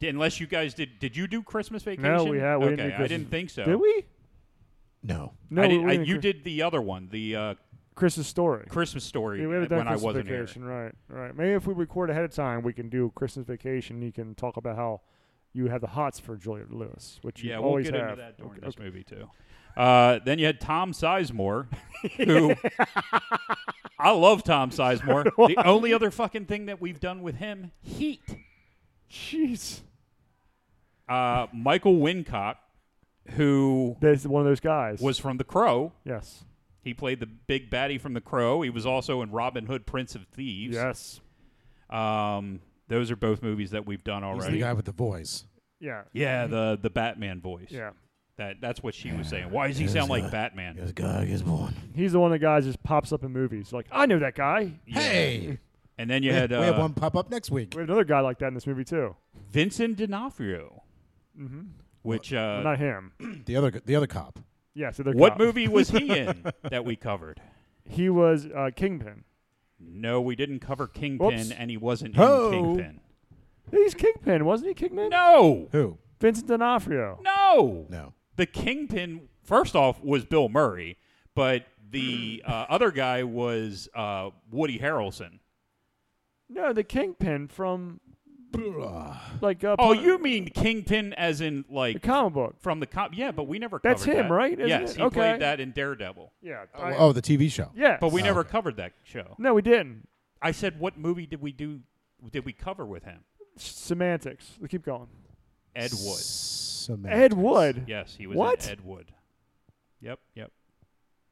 E: D- Unless you guys did, did you do Christmas Vacation?
B: No, we had. We
E: okay,
B: didn't do
E: I
B: Christmas-
E: didn't think so.
B: Did we?
C: No.
B: No,
E: I
B: we-
E: didn't,
B: we
E: I,
B: didn't
E: you
B: cri-
E: did the other one, the uh,
B: Chris's story.
E: Christmas story
B: Yeah, we haven't done
E: when I
B: Christmas
E: wasn't here.
B: vacation, right? Right. Maybe if we record ahead of time, we can do Christmas vacation. You can talk about how you have the hots for Julia Lewis, which
E: Yeah,
B: you
E: we'll
B: always
E: get
B: have.
E: into that during this movie too. Uh, then you had
B: [LAUGHS]
E: Tom Sizemore, who I love
B: [LAUGHS]
E: Tom Sizemore. the only other fucking thing that we've done with him, Heat.
B: Jeez,
E: Uh, Michael Wincott, who
B: that's one of those guys.
E: was from The Crow.
B: yes,
E: He played the big baddie from The Crow. He was also in Robin Hood, Prince of Thieves.
B: yes,
E: Um, those are both movies that we've done
C: He's
E: already.
C: the guy with the voice.
B: yeah,
E: Yeah, the the Batman voice.
B: yeah.
E: That that's what she was saying. Why does he sound like Batman?
C: guy is born.
B: He's the one that guys just pops up in movies. Like I know that guy.
E: Yeah.
C: Hey,
E: And then you
C: we,
E: had uh,
C: we have one pop up next week.
B: We have another guy like that in this movie too. Mm-hmm.
E: Vincent D'Onofrio, which uh,
B: Not him.
C: The other, the other cop.
B: Yeah. So they're
E: what
B: cop.
E: movie was he
C: [LAUGHS]
E: in that we covered?
B: He was uh, Kingpin.
E: No, we didn't cover Kingpin,
B: Whoops.
E: and he wasn't
C: Ho.
E: in Kingpin.
B: He's Kingpin, wasn't he? Kingpin.
E: No,
C: Who?
B: Vincent D'Onofrio.
E: no,
C: No.
E: The Kingpin, first off, was Bill Murray, but the uh, other guy was uh, Woody Harrelson.
B: No, the Kingpin from like uh,
E: Oh,
B: Pir-
E: you mean Kingpin as in
B: the
E: like
B: comic book.
E: from the cop? Yeah, but we never.
B: That's
E: covered
B: him,
E: that.
B: right? Isn't
E: yes,
B: it?
E: he
B: Okay.
E: played that in Daredevil,
B: Yeah.
C: Oh,
B: I-
C: oh, the TV show.
B: yes.
E: but we never
C: Okay.
E: covered that show.
B: No, we didn't.
E: I said, what movie did we do? Did we cover with him?
B: Semantics. We keep going.
E: Ed Wood.
C: Samantha.
B: Ed Wood.
E: Yes, he was
B: What?
E: In Ed Wood. Yep, yep.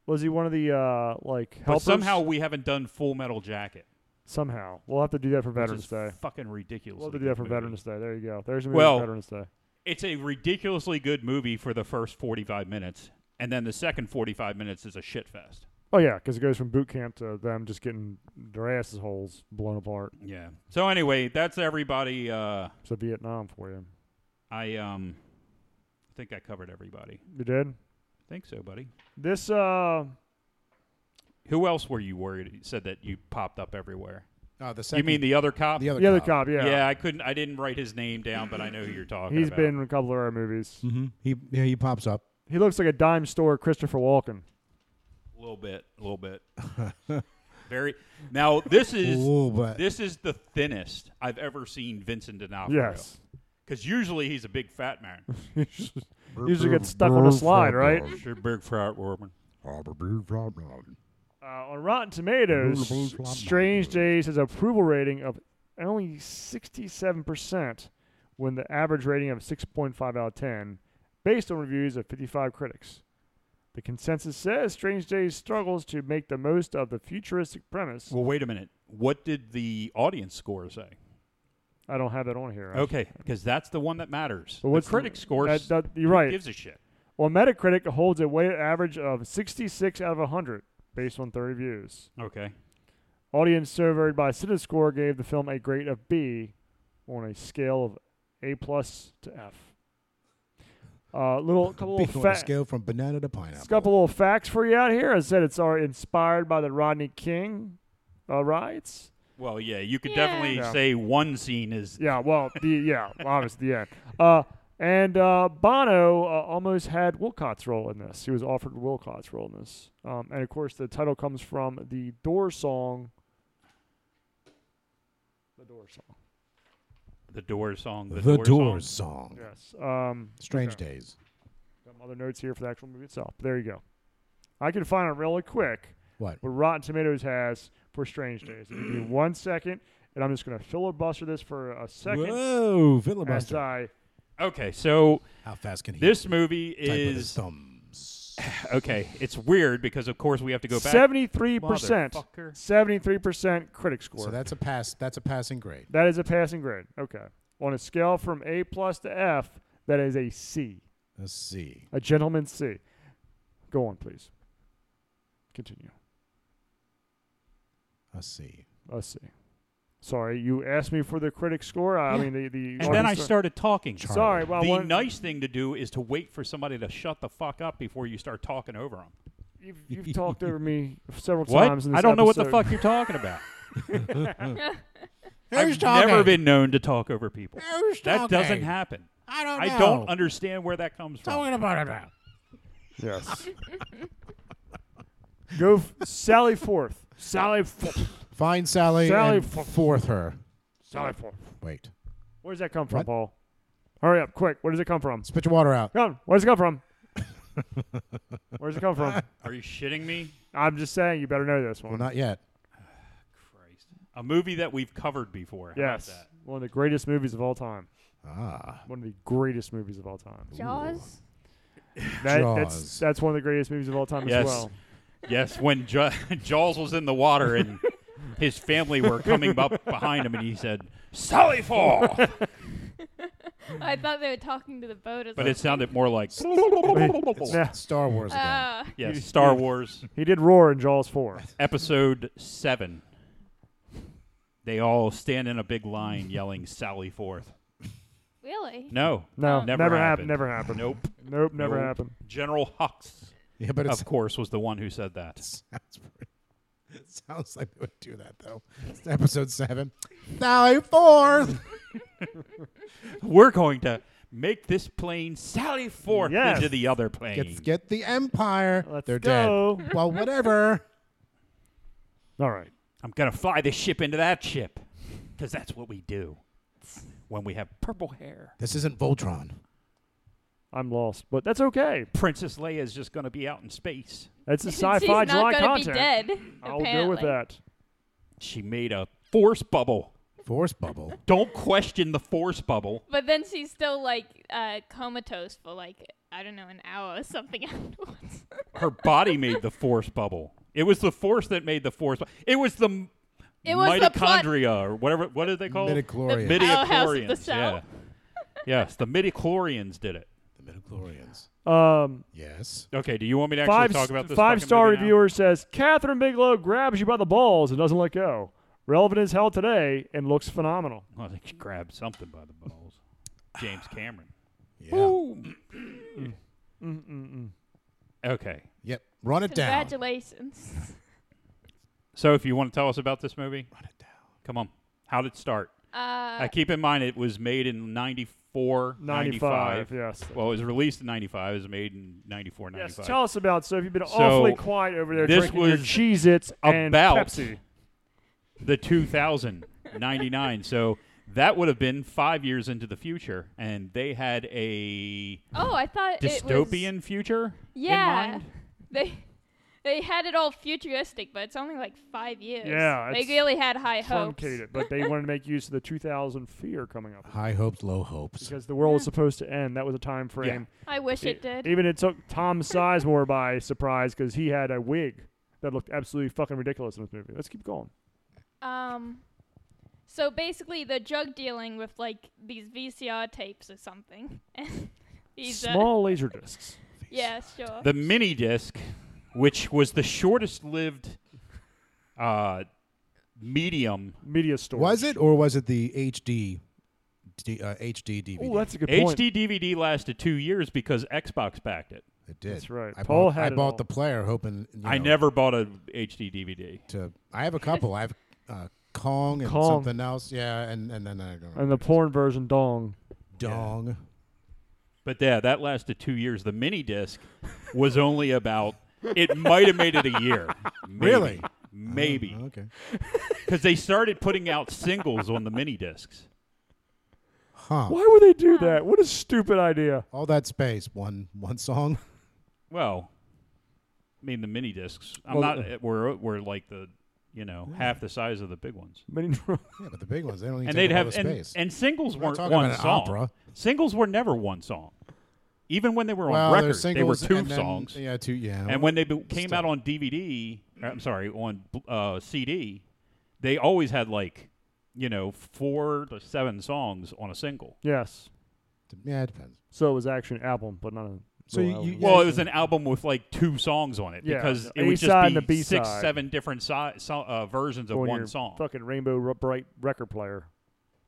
B: Was he one of the uh like
E: But
B: helpers?
E: somehow we haven't done Full Metal Jacket.
B: somehow we'll have to do that for
E: which
B: Veterans
E: is
B: Day.
E: Fucking ridiculous.
B: We'll have to do that for Veterans Day. There you go. There's a movie
E: Well-
B: for Veterans Day.
E: It's a ridiculously good movie for the first 45 minutes, and then the second 45 minutes is a shit fest.
B: Oh yeah, because it goes from boot camp to them just getting their asses holes blown apart.
E: Yeah. So anyway, that's everybody. Uh,
B: So Vietnam for you.
E: I um, think I covered everybody.
B: You did
E: think so, buddy.
B: this. uh
E: Who else were you worried? Said that you popped up everywhere.
C: Oh, the second,
E: you mean the other cop?
C: the other
B: The other
C: cop?
B: cop. Yeah.
E: I couldn't. I didn't write his name down, but I know who you're talking
B: He's
E: about.
B: been in a couple of our movies.
C: hmm He, yeah, he pops up.
B: He looks like a dime store Christopher Walken.
E: A little bit, a little bit. [LAUGHS] Very. Now this is
C: [LAUGHS] Ooh, but
E: Oh, this is the thinnest I've ever seen Vincent D'Onofrio.
B: Yes.
E: Because usually he's a big fat man.
B: [LAUGHS] Usually gets stuck on a slide, right?
E: Sure, big fat woman.
B: Uh, on Rotten Tomatoes, Strange Days has approval rating of only 67%, when the average rating of 6.5 out of 10, based on reviews of 55 critics. The consensus says Strange Days struggles to make the most of the futuristic premise.
E: Well, wait a minute. What did the audience score say?
B: I don't have that on here.
E: Okay, because that's the one that matters.
B: But what's
E: the critic
B: the- that-
E: scores?
B: that- you're
E: who
B: right.
E: Gives a shit.
B: Well, Metacritic holds a weighted average of 66 out of 100, based on 30 views.
E: Okay.
B: Audience surveyed by CineScore gave the film a grade of B on a scale of A plus to F. Uh,
C: [LAUGHS]
B: little couple
C: Big
B: of
C: on a
B: fa-
C: scale from banana to
B: Just
C: pineapple.
B: a couple little facts for you out here. I said it's all inspired by the Rodney King uh, riots.
E: Well, yeah, you could
D: Yeah.
E: definitely
B: Yeah.
E: say one scene is.
B: Yeah, well, the yeah, obviously the end. Uh, and uh, Bono uh, almost had Wilcott's role in this. He was offered Wilcott's role in this. Um, and of course, the title comes from the Door song. The Door song.
E: The Doors song. The,
C: the
E: Doors.
C: Doors song.
E: Song.
B: Yes. Um,
C: Strange
B: okay.
C: Days.
B: Got some other notes here for the actual movie itself. There you go. I can find it really quick.
C: What?
B: what Rotten Tomatoes has for Strange Days. If
E: [GASPS]
B: you give me one second, and I'm just going to filibuster this for a second uh,
C: Whoa,
B: as
C: filibuster.
B: I
E: Okay, so
C: How fast can he
E: this movie
C: type with his
E: is
C: thumbs?
E: okay. It's weird because of course we have to go back.
B: 73%,
E: Motherfucker.
B: 73% critic score.
C: So that's a pass. That's a passing grade.
B: that is a passing grade. Okay. On a scale from A plus to F, that is a C,
C: Let's see.
B: a gentleman's C. Go on, please. Continue.
C: Let's see.
B: A C. Sorry, you asked me for the critic score. I mean the the.
E: And then I
B: audience-
E: started talking.
B: Sorry, well, I
E: the
B: wanted-
E: nice thing to do is to wait for somebody to shut the fuck up before you start talking over them.
B: You've, you've talked over me several
E: What?
B: times. In this
E: I don't know what the
B: episode.
E: fuck you're talking about.
C: Who's
E: I've
C: talking?
E: never been known to talk over people.
C: Who's
E: That doesn't
C: talking?
E: happen.
C: I don't.
E: I
C: know.
E: don't understand where that comes from.
C: Oh, Talking about it now.
E: [LAUGHS]
B: Yes. Go f- Sally forth. Sally forth.
C: Find Sally.
B: Sally
C: and
B: f-
C: forth her.
B: Sally forth.
C: Wait.
B: Where does that come from,
C: What?
B: Paul? Hurry up, quick. Where does it come from?
C: Spit your water out.
B: Come. Where does it come
E: [LAUGHS]
B: from? Where does it come from?
E: Are you shitting me?
B: I'm just saying, you better know this
C: Well,
B: one.
C: not yet.
E: Christ. A movie that we've covered before. How about
B: yes.
E: that?
B: One of the greatest movies of all time.
C: Ah.
B: One of the greatest movies of all time.
D: Jaws.
B: That, that's
C: Jaws.
B: that's one of the greatest movies of all time as
E: Yes.
B: well.
E: Yes, when J- [LAUGHS] Jaws was in the water and his family were coming up behind him and he said, Sally Fall!
D: I thought they were talking to the boat. As
E: But it sounded more [LAUGHS] like
B: Yeah.
C: Star Wars again.
D: Uh,
E: yes, Star Wars
B: He did roar in Jaws four.
E: Episode 7. They all stand in a big line yelling Sally Forth.
D: really?
E: No.
B: No,
E: Never happened.
B: Never happened.
E: Nope.
B: Nope. Never
E: Nope.
B: happened.
E: General Hux,
C: yeah, but it
E: of course, was the one who said that.
C: sounds pretty. It sounds like they would do that though. It's episode seven. Sally forth.
E: We're going to make this plane Sally Forth
B: Yes.
E: into the other plane.
C: Get, get the empire.
B: Let's
C: They're
B: go.
C: dead. Well, whatever.
B: All right.
E: I'm going to fly this ship into that ship because that's what we do when we have purple hair.
C: This isn't Voltron.
B: I'm lost, but that's okay.
E: Princess Leia is just going to be out in space.
D: [LAUGHS]
B: That's the
D: She's
B: sci-fi
D: not
B: July
D: gonna
B: content.
D: be dead.
B: I'll
D: apparently.
B: go with that.
E: She made a force bubble.
C: Force bubble.
E: Don't question the force bubble.
D: But then she's still like uh, comatose for like I don't know an hour or something [LAUGHS] afterwards.
E: Her body made the force bubble. It was the force that made the force. Bu- it was the m-
D: It was the plot-
E: mitochondria or whatever. What are they called?
C: Midichlorians.
D: The- Powerhouse of the
E: Midichlorians. Yeah.
D: cell.
E: yes, the midichlorians did it.
C: the midichlorians.
B: Um,
C: Yes.
E: Okay, do you want me to actually
B: five
E: talk about this?
B: five
E: fucking
B: star
E: movie now?
B: reviewer says Catherine Bigelow grabs you by the balls and doesn't let go. Relevant as hell today and looks phenomenal.
E: Well, they should grab something by the balls. James Cameron.
C: Yeah.
E: Okay.
C: Yep. Run it down.
D: Congratulations.
E: So if you want to tell us about this movie, come on. How did it start?
D: Uh,
E: Uh, keep in mind it was made in 94,
B: 95,
E: 95.
B: yes.
E: Well, it was released in 95. It was made in 94,
B: Yes,
E: 95.
B: tell us about so if you've been
E: So,
B: awfully quiet over there
E: this
B: drinking your
E: was
B: Cheez-Its and
E: about-
B: Pepsi.
E: the 2000, 99. So That would have been five years into the future, and they had a
D: Oh, I thought It was,
E: dystopian future.
D: yeah,
E: In mind?
D: they they had it all futuristic, but it's only like five years.
B: Yeah,
D: they
B: it's
D: really had high hopes.
B: Truncated, but they wanted to make use of the 2000 fear coming up
C: High hopes, low [LAUGHS] hopes.
B: because the world was supposed to end. That was a time frame.
D: I wish it did.
B: Even it took Tom Sizemore by surprise because he had a wig that looked absolutely fucking ridiculous in this movie. Let's keep going.
D: Um, so basically, they're drug dealing with like these VCR tapes or something. [LAUGHS] And these, uh,
B: Small laser discs.
D: yeah, sure.
E: The mini disc, which was the shortest lived uh, medium.
B: Media store.
C: Was it or was it the HD, D, uh, HD DVD?
B: Oh, that's a good point.
E: HD DVD lasted two years because Xbox backed it.
C: it did.
B: That's right.
C: I
B: Paul
C: bought,
B: had
C: I
B: it
C: bought
B: all.
C: the player hoping. you
E: I
C: know,
E: never bought a HD DVD.
C: To, I have a couple. I have uh, Kong and
B: Kong.
C: something else. Yeah, and, and then I don't know.
B: And the porn version dong.
C: Dong.
E: But yeah, that lasted two years. The mini disc was only about. It might have made it a year. Maybe.
C: [LAUGHS] Really?
E: Maybe
C: Oh, okay.
E: because they started putting out singles on the mini discs.
C: Huh.
B: Why would they do that? What a stupid idea.
C: All that space. One one song. [LAUGHS]
E: Well, I mean the mini discs. I'm
B: Well,
C: uh,
E: not. eh, We're we're like the you know half the size of the big ones.
B: Many
C: Yeah, but the big ones they don't even
E: and
C: take
E: they'd
C: up all
E: have
C: the
E: and,
C: space.
E: and singles
C: We're
E: weren't
C: not talking
E: one
C: about an
E: song.
C: opera.
E: Singles were never one song. Even when they were on
C: well, there's
E: record, they were
C: singles
E: two
C: and then-
E: songs.
C: yeah, two. Yeah.
E: And when they be- came
C: still.
E: out on DVD, or, I'm sorry, on uh, CD, they always had like, you know, four to seven songs on a single.
B: [LAUGHS] Yes.
C: yeah, it depends.
B: So it was actually an album, but not a.
C: So
B: real
C: you-
B: album.
C: you-
E: Well,
C: Yeah.
E: it was an album with like two songs on it
B: Yeah,
E: because
B: the
E: it would
B: A-side
E: just
B: and the
E: be six,
B: B-side.
E: seven different si- so- uh, versions of
B: on
E: one
B: your
E: song.
B: Fucking Rainbow Ro- Bright record player.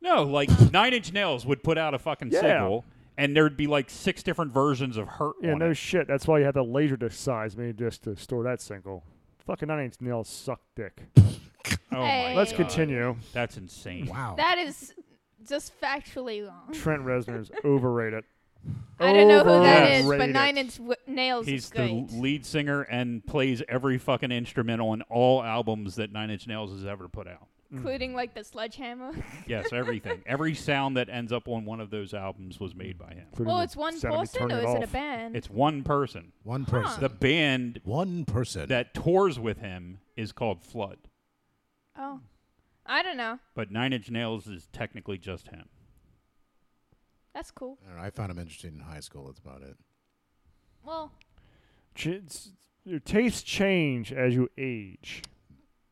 E: No, like Nine Inch Nails would put out a fucking
B: Yeah.
E: single, and there'd be like six different versions of Hurt.
B: Yeah,
E: on
B: no
E: it.
B: shit. That's why you had the laserdisc size made just to store that single. Fucking Nine Inch Nails suck dick.
E: oh my
D: Hey.
B: Let's
E: God.
B: continue.
E: That's insane.
C: Wow.
D: that is just factually wrong.
B: Trent
D: [LAUGHS]
B: Reznor is overrated.
D: I don't know who that is, but
B: Overrated.
D: Nine Inch w- Nails
E: He's
D: is
E: the
D: great.
E: lead singer and plays every fucking instrument on all albums that Nine Inch Nails has ever put out.
D: including like the sledgehammer.
E: Yes,
D: [LAUGHS]
E: everything. every sound that ends up on one of those albums was made by him.
B: Including
D: oh,
B: the
D: it's one
B: sound of me
D: person
B: turning
D: or is it a
B: off.
D: band?
E: It's one person.
C: One person.
E: The band
C: One person.
E: that tours with him is called Flood,
D: oh, I don't know.
E: but Nine Inch Nails is technically just him.
D: That's cool.
C: I, don't know, I found him interesting in high school. That's about it.
D: Well,
B: Ch- it's- your tastes change as you age.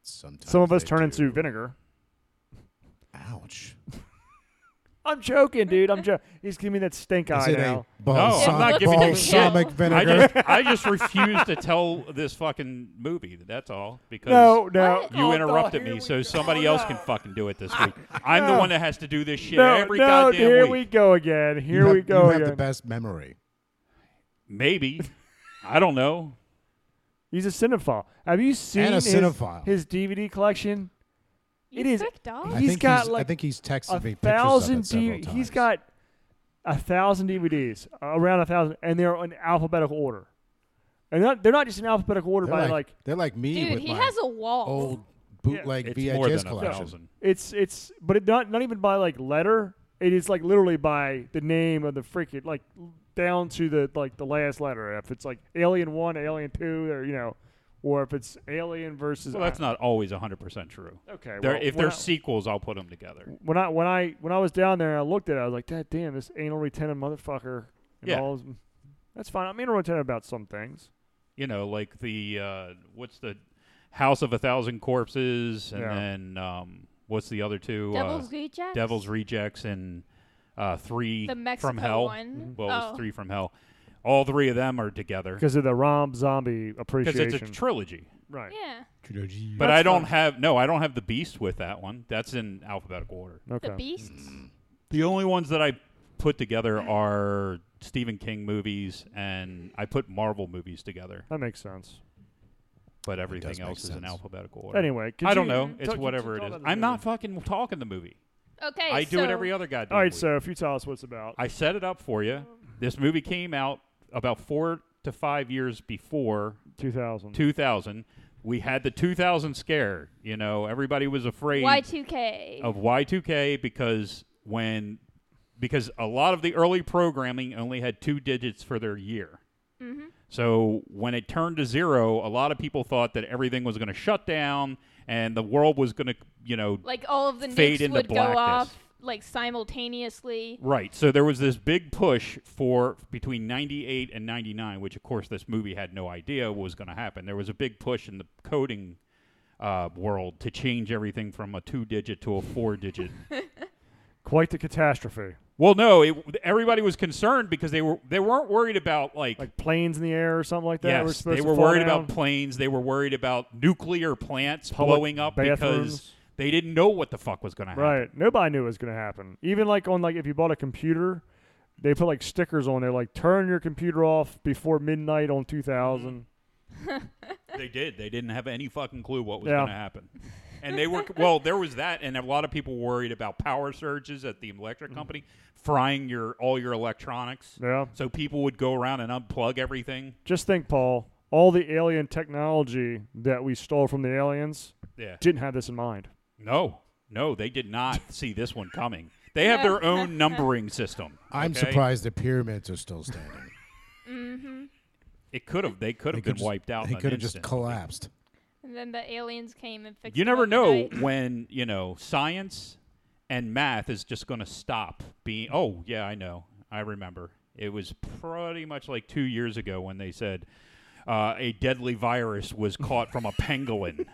C: Sometimes
B: Some of us
C: they
B: turn
C: do.
B: into vinegar.
C: Ouch.
B: I'm joking, dude. I'm joking. [LAUGHS] He's giving me that stink
C: Is
B: eye
C: it
B: now.
C: a
E: No,
C: balsam-
E: I'm not giving you
C: balsamic
D: shit.
E: I
C: vinegar?
E: just, I just refuse to tell this fucking movie. That's
B: [LAUGHS]
E: all because
B: No, no.
E: You interrupted me, so somebody else can fucking do
B: [LAUGHS]
E: it this week. I'm the
B: No.
E: one that has to do this shit
B: No,
E: every
B: no,
E: goddamn
B: here we
E: week.
B: go again.
C: You
B: [LAUGHS] Here
C: have-
B: we go
C: You have
B: again.
C: the best memory.
E: Maybe. I don't know.
B: He's a cinephile. Have you seen
C: a
B: his,
C: cinephile.
B: his DVD collection?
D: you
B: It is-
D: sick dog.
C: I
B: He's
C: think
B: got,
C: he's, I
B: like,
C: think he's texted
B: a
C: me pictures of
B: thousand
C: it several
B: D-
C: times.
B: He's got a thousand DVDs, around a thousand, and they're in alphabetical order. And not, they're not just in alphabeetical order
C: they're
B: by
C: like,
B: like,
C: they're like me
D: Dude,
C: with
D: he
C: my
D: has a wall.
C: old bootleg
E: It's
C: VHS
E: more than a
C: collection.
E: thousand.
B: it's it's but it not not even by like letter. It is like literally by the name of the freaking like down to the like the last letter. If it's like Alien One, Alien Two, or you know, or if it's Alien versus
E: Well, that's not always 100% true.
B: okay.
E: There-
B: well,
E: if
B: when
E: they're
B: I-
E: sequels, I'll put them together.
B: when I when I when I was down there, and I looked at it. I was like, "God damn, this anal retentive motherfucker." And
E: Yeah.
B: all his- that's fine. I'm anal retentive about some things.
E: You know, like the, uh, what's the House of a Thousand Corpses, and
B: Yeah.
E: then um, what's the other two?
D: Devil's
E: uh,
D: Rejects.
E: Devil's Rejects and uh, Three
D: the Mexico
E: from Hell.
D: one.
E: Well, it
D: oh.
E: was Three from Hell. All three of them are together
B: Because of the Rom Zombie
E: because
B: appreciation,
E: it's a trilogy.
B: right?
D: Yeah,
E: But
B: That's
E: I don't
B: fine.
E: have no, I don't have the Beast with that one. That's in alphabetical order.
B: Okay.
D: the beasts.
E: Mm. The only ones that I put together are Stephen King movies, and I put Marvel movies together.
B: That makes sense.
E: But everything
C: make
E: else is in
C: sense.
E: alphabetical order.
B: Anyway,
E: I don't know.
B: continue-
E: It's
B: talk-
E: whatever
B: talk
E: it is.
B: about the
E: I'm not
B: movie.
E: fucking talking the movie.
D: Okay,
E: I do
D: so
E: it every other goddamn.
B: All right,
E: week.
B: so if you tell us what's about,
E: I set it up for you. This movie came out about four to five years before
C: Mm.
B: 2000.
E: 2000. we had the 2000 scare. You know, everybody was afraid
D: Y2K.
E: of Y2K because when because a lot of the early programming only had two digits for their year.
D: Mhm.
E: So when it turned to zero, a lot of people thought that everything was going to shut down and the world was going to, you know,
D: Like all of the
E: Fade
D: nukes
E: into
D: would go
E: blackness.
D: off like simultaneously.
E: Right. So there was this big push for between 98 and 99, which of course this movie had no idea was going to happen. There was a big push in the coding uh, world to change everything from a two digit to a four digit.
B: Quite the catastrophe.
E: well, no, it, everybody was concerned because they were they weren't worried about like,
B: Like planes in the air or something like that. were
E: yes,
B: supposed
E: they
B: to
E: were
B: fall
E: worried
B: down.
E: about planes, they were worried about nuclear plants
B: Public
E: blowing up because
B: bathrooms.
E: they didn't know what the fuck was going to happen.
B: Right. Nobody knew it was going to happen. Even like on like if you bought a computer, they put like stickers on there like turn your computer off before midnight on 2000.
E: They did. They didn't have any fucking clue what was
B: Yeah.
E: going to happen. And they were well. There was that, and a lot of people worried about power surges at the electric company, frying your all your electronics.
B: Mm-hmm. Yeah.
E: So people would go around and unplug everything.
B: Just think, Paul, all the alien technology that we stole from the aliens
E: Yeah.
B: didn't have this in mind.
E: No, no, they did not see this one coming. They have their own numbering system.
C: I'm
E: okay?
C: surprised the pyramids are still
E: [LAUGHS]
C: standing.
D: Mm-hmm.
E: It could have. They could
C: They
E: have
C: could
E: been
C: just-
E: wiped out.
C: They
E: in an
C: could have just
E: instant.
C: collapsed.
D: And then the aliens came and fixed.
E: You
D: them
E: never know
D: overnight.
E: when you know science and math is just going to stop being. Oh yeah, I know. I remember. It was pretty much like two years ago when they said uh, a deadly virus was caught from
C: [LAUGHS]
E: a pangolin.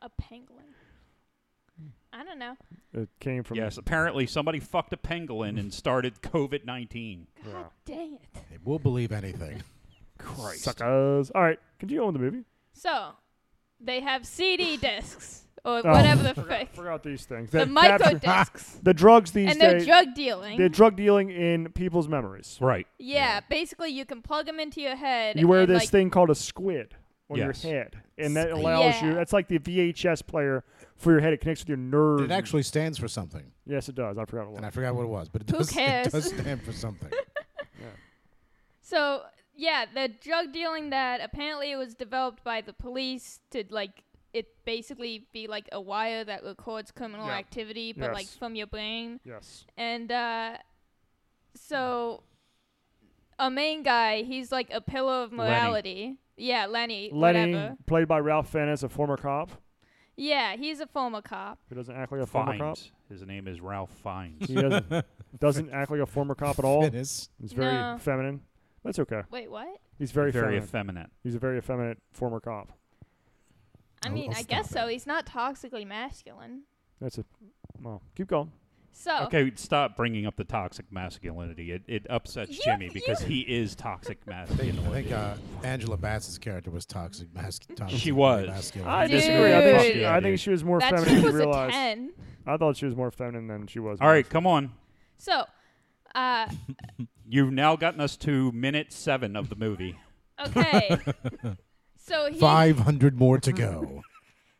D: a penguin. I don't know.
B: It came from
E: yes, apparently somebody fucked a pangolin and started COVID nineteen.
D: God dang it.
C: They will believe anything.
E: Christ.
B: suckers. All right, continue on with the movie.
D: So, they
B: [LAUGHS]
D: have CD discs or
B: Oh.
D: whatever the
B: Forgot, [LAUGHS]
D: frick.
B: forgot these things.
D: The
B: That- that's-
D: micro
B: [LAUGHS]
D: discs.
B: The drugs these
D: and they're
B: days.
D: drug dealing.
B: they're drug dealing in people's memories.
E: Right.
D: yeah, basically you can plug them into your head.
B: You wear
D: and,
B: this
D: like,
B: thing called a squid on
E: Yes.
B: your head, and that allows you.
D: Yeah.
B: That's like the VHS player for your head. It connects with your nerves.
C: It actually stands for something,
B: yes, it does. I forgot what.
C: and I forgot what it was, but it
D: Who
C: does, [LAUGHS]
D: cares?
C: it does stand for something.
D: So yeah, the drug dealing that apparently it was developed by the police to like it basically be like a wire that records criminal
B: Yeah.
D: activity, but like
B: Yes.
D: from your brain.
B: Yes.
D: And uh, so a main guy, he's like a pillar of
E: Lenny.
D: morality. Yeah, Lenny.
B: Lenny,
D: Whatever.
B: played by Ralph Fiennes, a former cop
D: Yeah, he's a former cop.
B: who doesn't act like a former cop.
E: Fines. His name is Ralph Fines.
B: He
E: [LAUGHS]
B: doesn't, doesn't act like a former cop at all.
C: It is.
B: He's very
D: No.
B: feminine. That's okay.
D: Wait, what?
B: He's very,
E: very
B: feminine.
E: effeminate.
B: He's a very effeminate former cop.
D: I
C: I'll-
D: mean,
C: I'll
D: I guess
C: stop
D: so. He's not toxically masculine.
B: That's a well. Keep going.
D: So
E: Okay, stop bringing up the toxic masculinity. It, it upsets
D: You-
E: Jimmy
D: you- [LAUGHS]
E: because he is toxic
C: I think,
E: masculinity.
C: I think uh, Angela Bassett's character was toxic. Mas- toxic
E: She was.
C: masculine.
B: I
D: Dude.
B: disagree. I think,
D: Fuck
B: she,
E: yeah,
B: I think
E: dude.
B: she was more
D: that
B: feminine
D: chick
B: than
D: was
B: you
D: a
B: realize.
D: ten.
B: I thought she was more feminine than she was.
E: All right, come on.
D: So, uh,
E: You've now gotten us to minute seven of
B: [LAUGHS]
E: the movie.
D: okay. so he
C: Five hundred more to go.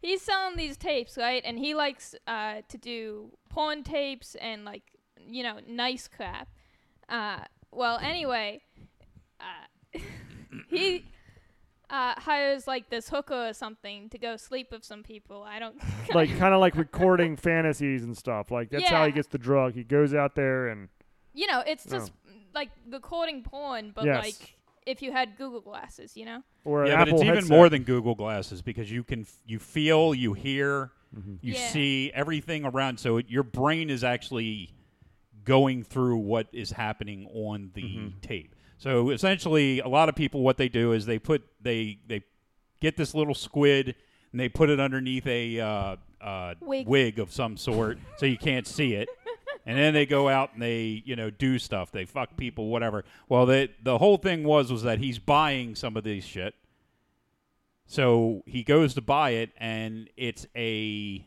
D: he's selling these tapes, right? And he likes uh, to do porn tapes and like you know nice crap. Uh, well, anyway, uh, [LAUGHS] he uh, hires like this hooker or something to go sleep with some people. I don't.
B: like kind of like recording fantasies and stuff. Like that's how he
D: Yeah.
B: gets the drug. He goes out there and
D: You know, it's
B: No.
D: just like recording porn, but
B: Yes.
D: like if you had Google glasses, you know.
B: or an
E: yeah, but
B: Apple
E: it's even
B: headset.
E: more than Google glasses because you can f- you feel, you hear,
B: Mm-hmm.
E: you
D: Yeah.
E: see everything around. So it, your brain is actually going through what is happening on the
B: Mm-hmm.
E: tape. So essentially, a lot of people what they do is they put they they get this little squid and they put it underneath a uh, uh,
D: Wig.
E: of some sort so you can't see
D: [LAUGHS]
E: it. And then they go out and they, you know, do stuff. They fuck people, whatever. Well, the the whole thing was was that he's buying some of these shit. So he goes to buy it, and it's a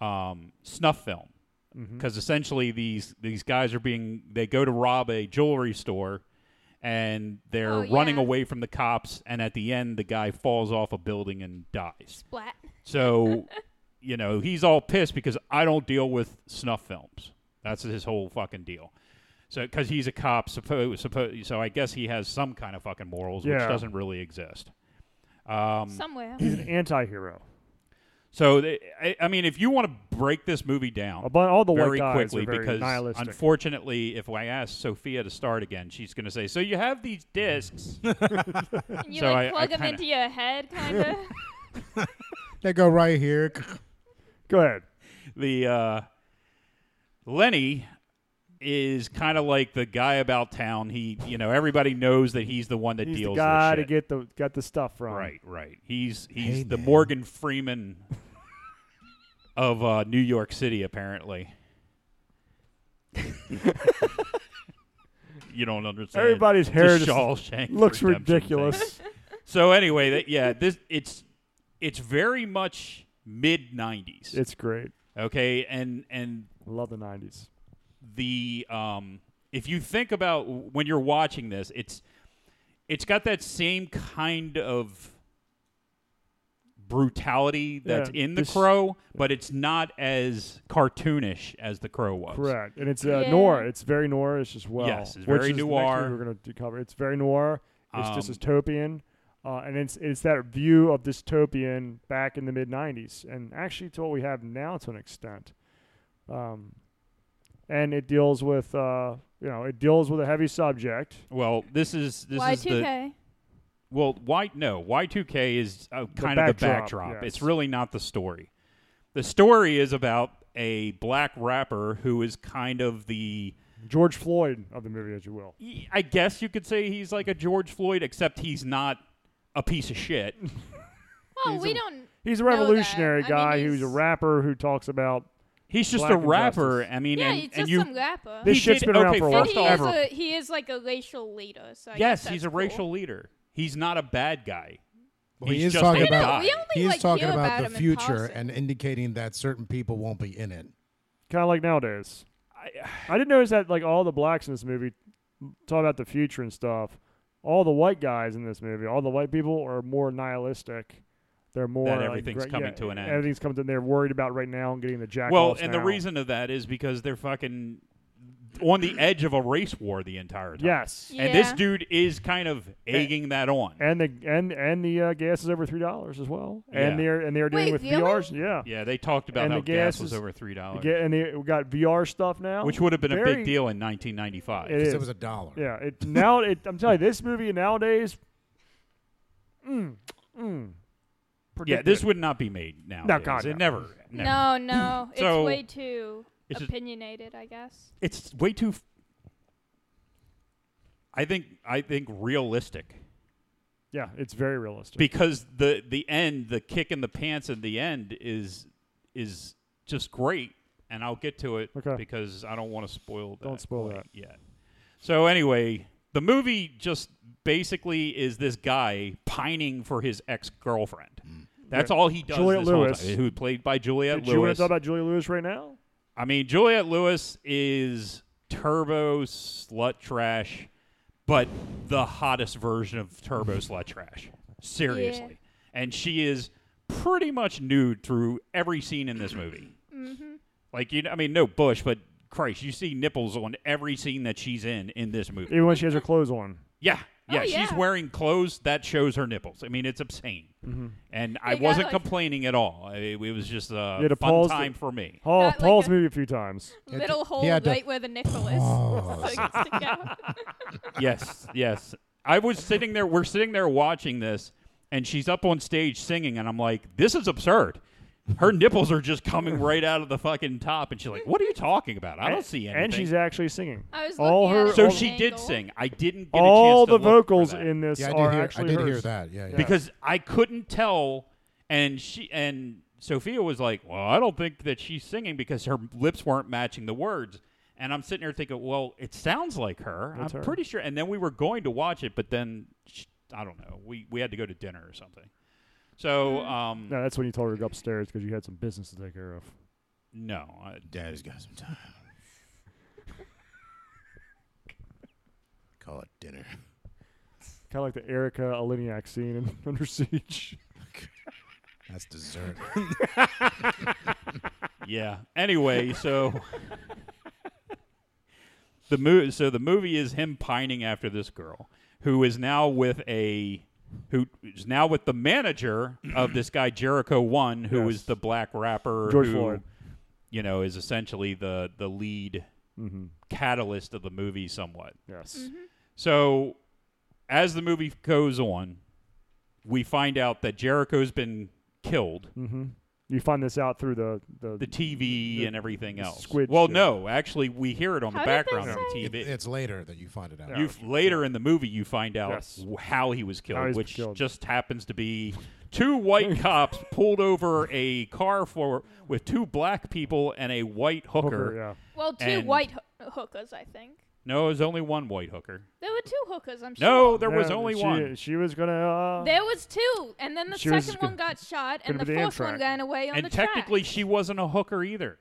E: um, snuff film because essentially these these guys are being they go to rob a jewelry store, and they're
D: Oh,
E: running
D: yeah.
E: away from the cops. And at the end, the guy falls off a building and dies.
D: Splat.
E: Mm. So you know he's all pissed because I don't deal with snuff films. That's his whole fucking deal. So because he's a cop, suppo- suppo- so I guess he has some kind of fucking morals,
B: Yeah.
E: which doesn't really exist. Um, [COUGHS]
D: Somewhere.
B: He's an anti-hero.
E: So, they, I, I mean, if you want to break this movie down,
B: But all the white
E: very
B: guys are
E: quickly,
B: very
E: because
B: nihilistic.
E: unfortunately, if I ask Sophia to start again, she's going to say, "So you have these discs." so
D: And you
E: I,
D: like
E: I
D: plug them
E: kinda-
D: into your head,
E: [LAUGHS]
D: kind of.
C: They go right here.
B: Go ahead.
E: the uh, Lenny is kind of like the guy about town. He, you know, everybody knows that he's the one that
B: He's
E: deals
B: the guy
E: with
B: to
E: shit.
B: get the got the stuff from.
E: Right, right. He's he's
C: Hey,
E: the
C: man.
E: Morgan Freeman of uh, New York City, apparently. [LAUGHS] you don't understand.
B: Everybody's
E: The
B: hair just
E: Shawshank
B: Looks
E: Redemption thing.
B: ridiculous.
E: So anyway, that yeah, this it's it's very much mid '90s.
B: it's great.
E: okay, and and
B: Love the '90s.
E: the um, if you think about when you're watching this, it's it's got that same kind of brutality that's
B: Yeah,
E: in the
B: this-
E: Crow, but it's not as cartoonish as the Crow was.
B: Correct, and it's uh,
D: Yeah.
B: noir. It's very noirish as well.
E: Yes, it's
B: which
E: very
B: is the next
E: noir.
B: movie We're going to cover. It's very noir. It's just
E: Um,
B: dystopian, uh, and it's it's that view of dystopian back in the mid '90s, and actually to what we have now to an extent. Um, and it deals with uh, you know it deals with a heavy subject.
E: Well, this is this is the
D: Y2K.
E: well, why no? Y two K is uh, kind of the
B: backdrop,
E: backdrop.
B: yes.
E: It's really not the story. The story is about a black rapper who is kind of the
B: George Floyd of the movie, as you will.
E: I guess you could say he's like a George Floyd, except he's not a piece of shit.
D: Well,
B: He's
D: we
B: a-
D: don't.
B: He's a
D: Know that.
B: revolutionary
D: I mean,
B: guy who's a
D: he's-
B: rapper who talks about
E: He's just
B: Black
E: a rapper.
B: injustice.
E: I mean,
D: Yeah,
E: and,
D: he's
E: and
D: just
E: you.
D: some rapper.
B: This
E: he
B: shit's
E: did-
B: been around
E: okay,
B: for a
D: and
B: while.
E: first
D: he
E: off,
D: is, a, he is like a racial leader. So I
E: yes,
D: guess
E: he's
D: that's
E: a
D: cool.
E: racial leader. He's not a bad guy.
C: Well, he
E: He's
C: is
E: just
C: talking
E: a
C: about
E: guy.
D: We only
C: he's
D: like
C: talking
D: hear
C: about,
D: about
C: the
D: him in
C: future
D: passing.
C: and indicating that certain people won't be in it.
B: kind of like nowadays.
E: [SIGHS]
B: I, didn't notice that like all the blacks in this movie talk about the future and stuff. All the white guys in this movie, all the white people are more nihilistic. They're more like,
E: everything's
B: gra-
E: coming
B: yeah,
E: to an end.
B: Everything's coming to. They're worried about right now and getting the jack.
E: well,
B: offs
E: and the
B: now.
E: reason of that is because they're fucking on the edge of a race war the entire time.
B: Yes,
E: And this
D: Yeah.
E: dude is kind of egging that on.
B: and the and and the uh, gas is over three dollars as well.
E: Yeah.
B: And they're and they're doing
D: Wait,
B: with
D: really?
B: VRs. Yeah,
E: yeah, they talked about
B: and
E: how
B: the gas
E: was
B: is-
E: over three dollars,
B: Ga- and they we got VR stuff now,
E: which would have been a
B: Very-
E: big deal in 1995.
B: It
C: Because
B: is.
C: it was a dollar.
B: Yeah, it now it, I'm telling you, this movie nowadays, mm, mm, pretty
E: yeah, this would not be made now.
B: God,
E: it
B: no.
E: never.
D: No,
E: never. [CLEARS THROAT]
D: no, it's
E: So-
D: way too
E: It's just-
D: opinionated. I guess.
E: it's way too. F- I think I think realistic
B: yeah, it's very realistic.
E: because the the end, the kick in the pants at the end is is just great, and I'll get to it
B: Okay.
E: because I don't want to spoil. That
B: Don't spoil
E: quite
B: that.
E: yet. So anyway, the movie just basically is this guy pining for his ex girlfriend. That's all he does.
B: Juliette
E: this whole
B: Lewis.
E: time, who played by Juliette
B: Did you want
E: Lewis.
B: to talk about Julia Lewis right now?
E: I mean, Juliette Lewis is turbo slut trash, but the hottest version of turbo slut trash. Seriously. And she is pretty much nude through every scene in this movie. mm-hmm. Like, you know, I mean, no bush, but Christ, you see nipples on every scene that she's in in this movie.
B: Even when she has her clothes on.
E: Yeah. Yeah,
D: Oh,
E: she's
D: yeah.
E: wearing clothes that shows her nipples. I mean, it's obscene,
B: Mm-hmm.
E: and I
D: They got,
E: wasn't
D: like-
E: complaining at all. I- It, was just
B: You had
E: a
B: to
E: fun
B: pause the-
E: time for me.
B: Paul,
D: Not like
B: Paul's
D: a-
B: movie a few times.
C: had
D: Little
C: to-
D: hole
C: he had to
D: right where the nickel is. [LAUGHS] so it can stick
E: [LAUGHS]
D: out.
E: yes, yes. I was sitting there. We're sitting there watching this, and she's up on stage singing, and I'm like, "This is absurd." Her nipples are just coming right out of the fucking top, and she's like, "What are you talking about? I don't see anything."
B: And she's actually singing.
D: I was
B: all
D: looking at
B: her,
D: it.
E: so
B: all,
D: an
E: she did
D: angle.
E: sing. I didn't get
B: all
E: a chance to
B: the
E: look for
B: vocals
E: that.
B: in this
C: Yeah, I
B: are
C: did hear. I
B: actually
C: did hear
B: hers.
C: that. Yeah, yeah.
E: because I couldn't tell, and she and Sophia was like, "Well, I don't think that she's singing because her lips weren't matching the words." And I'm sitting there thinking, "Well, it sounds like her.
B: That's
E: I'm
B: her.
E: pretty sure." And then we were going to watch it, but then sh I don't know. We we had to go to dinner or something.
B: Mm.
E: So um,
B: No, that's when you told her to go upstairs because you had some business to take care of.
E: no, I,
I: Daddy's got some
C: [LAUGHS]
I: time. Call it dinner.
B: Kind of like the Erica Aliniak scene in [LAUGHS] Under Siege.
C: that's dessert.
E: yeah. Anyway, so the movie so the movie is him pining after this girl who is now with a who is now with the manager of this guy Jericho One, who is
B: Yes.
E: the black rapper
B: George
E: who,
B: Floyd.
E: you know, is essentially the the lead Mm-hmm.
B: Mhm.
E: catalyst of the movie, somewhat.
B: Yes.
E: So, as the movie goes on, we find out that Jericho's been killed.
B: Mm-hmm. You find this out through the the,
E: The TV
B: The-
E: and everything
B: the
E: else.
B: squid
E: well,
B: shit.
E: no, actually, we hear it on
D: How
E: the
D: did they
E: background on
D: say?
E: the
C: It-
E: TV.
C: it's later that you find it out.
E: you later in the movie you find out
B: Yes.
E: w- how he was
B: How
E: killed,
B: he's
E: which
B: killed.
E: just happens to be two white
B: [LAUGHS]
E: cops pulled over a car for with two black people and a white hooker.
B: hooker. Yeah.
D: Well, two
E: And-
D: white ho- hookers, I think.
E: No, it was only one white hooker.
D: There were two hookers, I'm sure.
E: No, there was
B: Yeah,
E: only
B: she,
E: one.
B: She was gonna. Uh,
D: There was two, and then the
B: She was
D: second
B: gonna-
D: one got shot,
B: gonna
D: and the
B: be the
D: fourth one
B: Amtrak.
D: ran away on
E: and
D: the
E: technically,
D: track.
E: she wasn't a hooker either.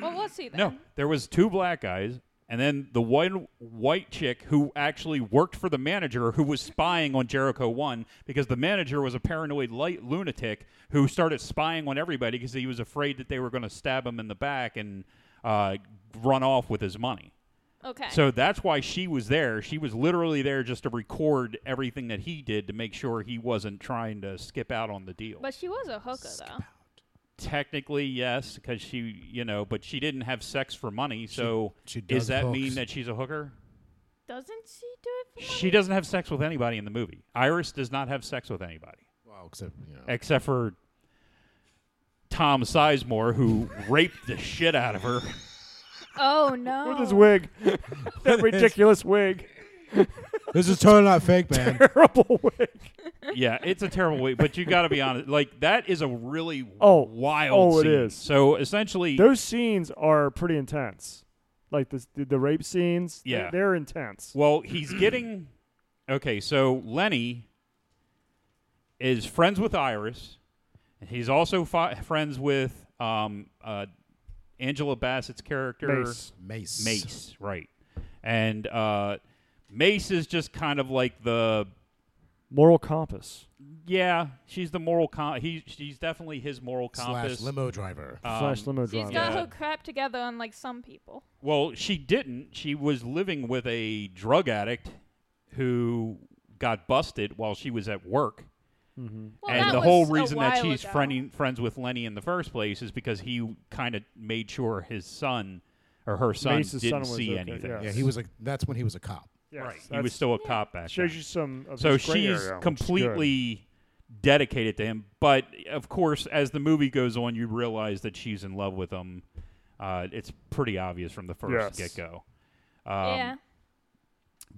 D: Well, was he then?
E: No, there was two black guys, and then the one white chick who actually worked for the manager, who was spying on Jericho One because the manager was a paranoid light lunatic who started spying on everybody because he was afraid that they were going to stab him in the back and uh, run off with his money.
D: Okay.
E: So that's why she was there. She was literally there just to record everything that he did to make sure he wasn't trying to skip out on the deal.
D: but she was a hooker, though.
E: Technically, yes, because she, you know, but she didn't have sex for money. So
C: she
E: does
C: does
E: that
C: hooks.
E: mean that she's a hooker?
D: Doesn't she do it for
E: She doesn't have sex with anybody in the movie. Iris does not have sex with anybody
C: Well, except you know,
E: except for Tom Sizemore, who [LAUGHS] raped the shit out of her.
D: Oh, no.
B: with his wig, [LAUGHS] that ridiculous wig,
C: this is totally not fake, man.
B: terrible wig.
E: Yeah, it's a terrible way, but you got to be honest. Like that is a really
B: Oh.
E: wild.
B: Oh, it
E: scene.
B: is.
E: So
B: [LAUGHS]
E: essentially,
B: Those scenes are pretty intense. Like the the, the rape scenes. they-
E: Yeah.
B: They're intense.
E: Well, he's getting okay. So Lenny is friends with Iris. and He's also fi- friends with um, uh, Angela Bassett's character
B: Mace.
C: Mace.
E: Mace, right? And uh, Mace is just kind of like the
B: Moral compass.
E: yeah. She's the moral com. He she's definitely his moral
C: slash
E: compass.
C: limo driver.
E: Um,
B: slash limo
D: She's
B: drama.
D: got
E: Yeah.
D: her crap together, unlike some people.
E: Well, she didn't. She was living with a drug addict who got busted while she was at work.
B: Mm-hmm.
D: Well,
E: and
D: that
E: the
D: was
E: whole
D: a
E: reason that
D: while
E: she's
D: ago.
E: friending, friends with Lenny in the first place is because he kind of made sure his son or her son
B: Mace's son
E: didn't
B: was
E: see
B: okay,
E: anything.
B: yeah.
C: yeah, he was like that's when he was a cop.
B: Yes,
E: Right. He
B: that's-
E: was still a cop back
B: shows
E: then.
B: you some. Of
E: So
B: his gray
E: she's
B: area, which is good.
E: completely dedicated to him. But of course, as the movie goes on, you realize that she's in love with him. Uh, it's pretty obvious from the first Um,
B: Yes.
E: get go.
D: yeah.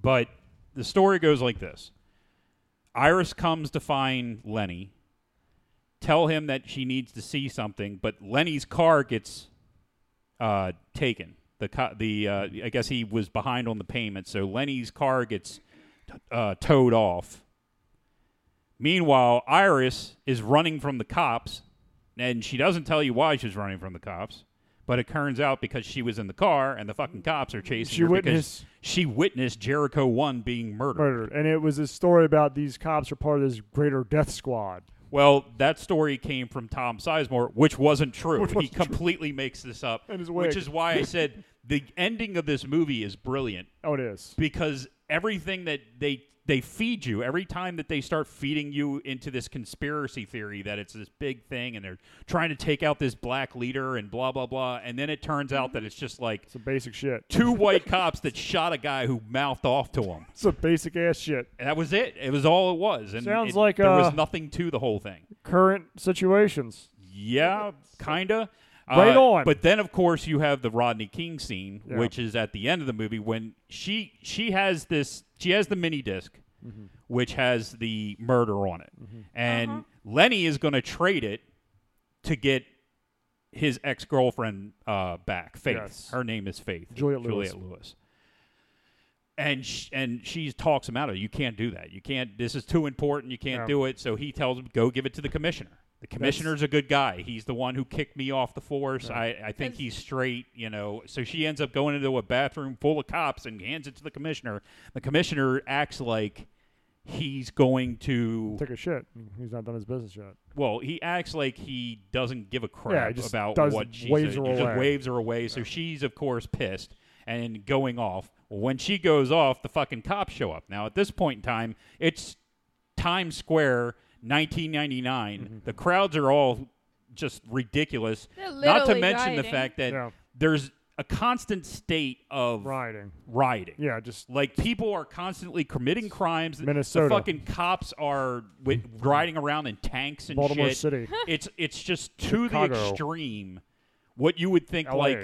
E: But the story goes like this Iris comes to find Lenny, tell him that she needs to see something, but Lenny's car gets uh, taken. The, co- the uh, I guess he was behind on the payment, so Lenny's car gets t- uh, towed off. Meanwhile, Iris is running from the cops, and she doesn't tell you why she's running from the cops. But it turns out because she was in the car, and the fucking cops are chasing
B: She
E: her because
B: witnessed-
E: she witnessed Jericho One being murdered.
B: murdered, and it was a story about these cops are part of this greater death squad.
E: Well, that story came from Tom Sizemore, which wasn't true. he completely makes this up,
B: And his
E: which
B: wig.
E: is why I said the ending of this movie is brilliant
B: Oh, it is.
E: because everything that they they feed you every time that they start feeding you into this conspiracy theory that it's this big thing and they're trying to take out this black leader and blah blah blah and then it turns out that it's just like
B: Some basic shit.
E: two white cops that shot a guy who mouthed off to him
B: Some basic ass shit.
E: and that was it it was all it was and
B: Sounds
E: it-
B: like,
E: there
B: uh,
E: was nothing to the whole thing
B: Current situations.
E: yeah, kinda. Uh,
B: Right on.
E: But then, of course, you have the Rodney King scene,
B: Yeah.
E: which is at the end of the movie when she she has this she has the mini disk
B: Mm-hmm.
E: which has the murder on it, and Lenny is going to trade it to get his ex girlfriend uh, back. Faith,
B: Yes.
E: her name is Faith.
B: Juliet Lewis.
E: Juliet Lewis. And sh- and she talks him out of it. You can't do that. You can't. This is too important. You can't
B: Yeah.
E: do it. So he tells him, go give it to the commissioner. The commissioner's a good guy. He's the one who kicked me off the force. I, I think
D: That's-
E: he's straight, you know. So she ends up going into a bathroom full of cops and hands it to the commissioner. The commissioner acts like he's going to
B: Took a shit. He's not done his business yet.
E: well, he acts like he doesn't give a crap
B: just
E: about
B: does-
E: what she
B: waves
E: said.
B: her
E: He just
B: away.
E: waves her away. So she's of course pissed and going off. When she goes off, the fucking cops show up. Now at this point in time, it's Times Square, 1999.
B: Mm-hmm.
E: The crowds are all just ridiculous.
D: They're
E: Not to
D: literally
E: mention the
D: rioting.
E: fact that
B: Yeah.
E: there's a constant state of
B: Rioting.
E: rioting.
B: Yeah, just
E: Like people are constantly committing crimes.
B: Minnesota.
E: The fucking cops are wi- riding around in tanks and
B: Baltimore
E: shit.
B: City.
E: It's it's just to the
B: Chicago.
E: extreme. What you would think,
B: LA.
E: like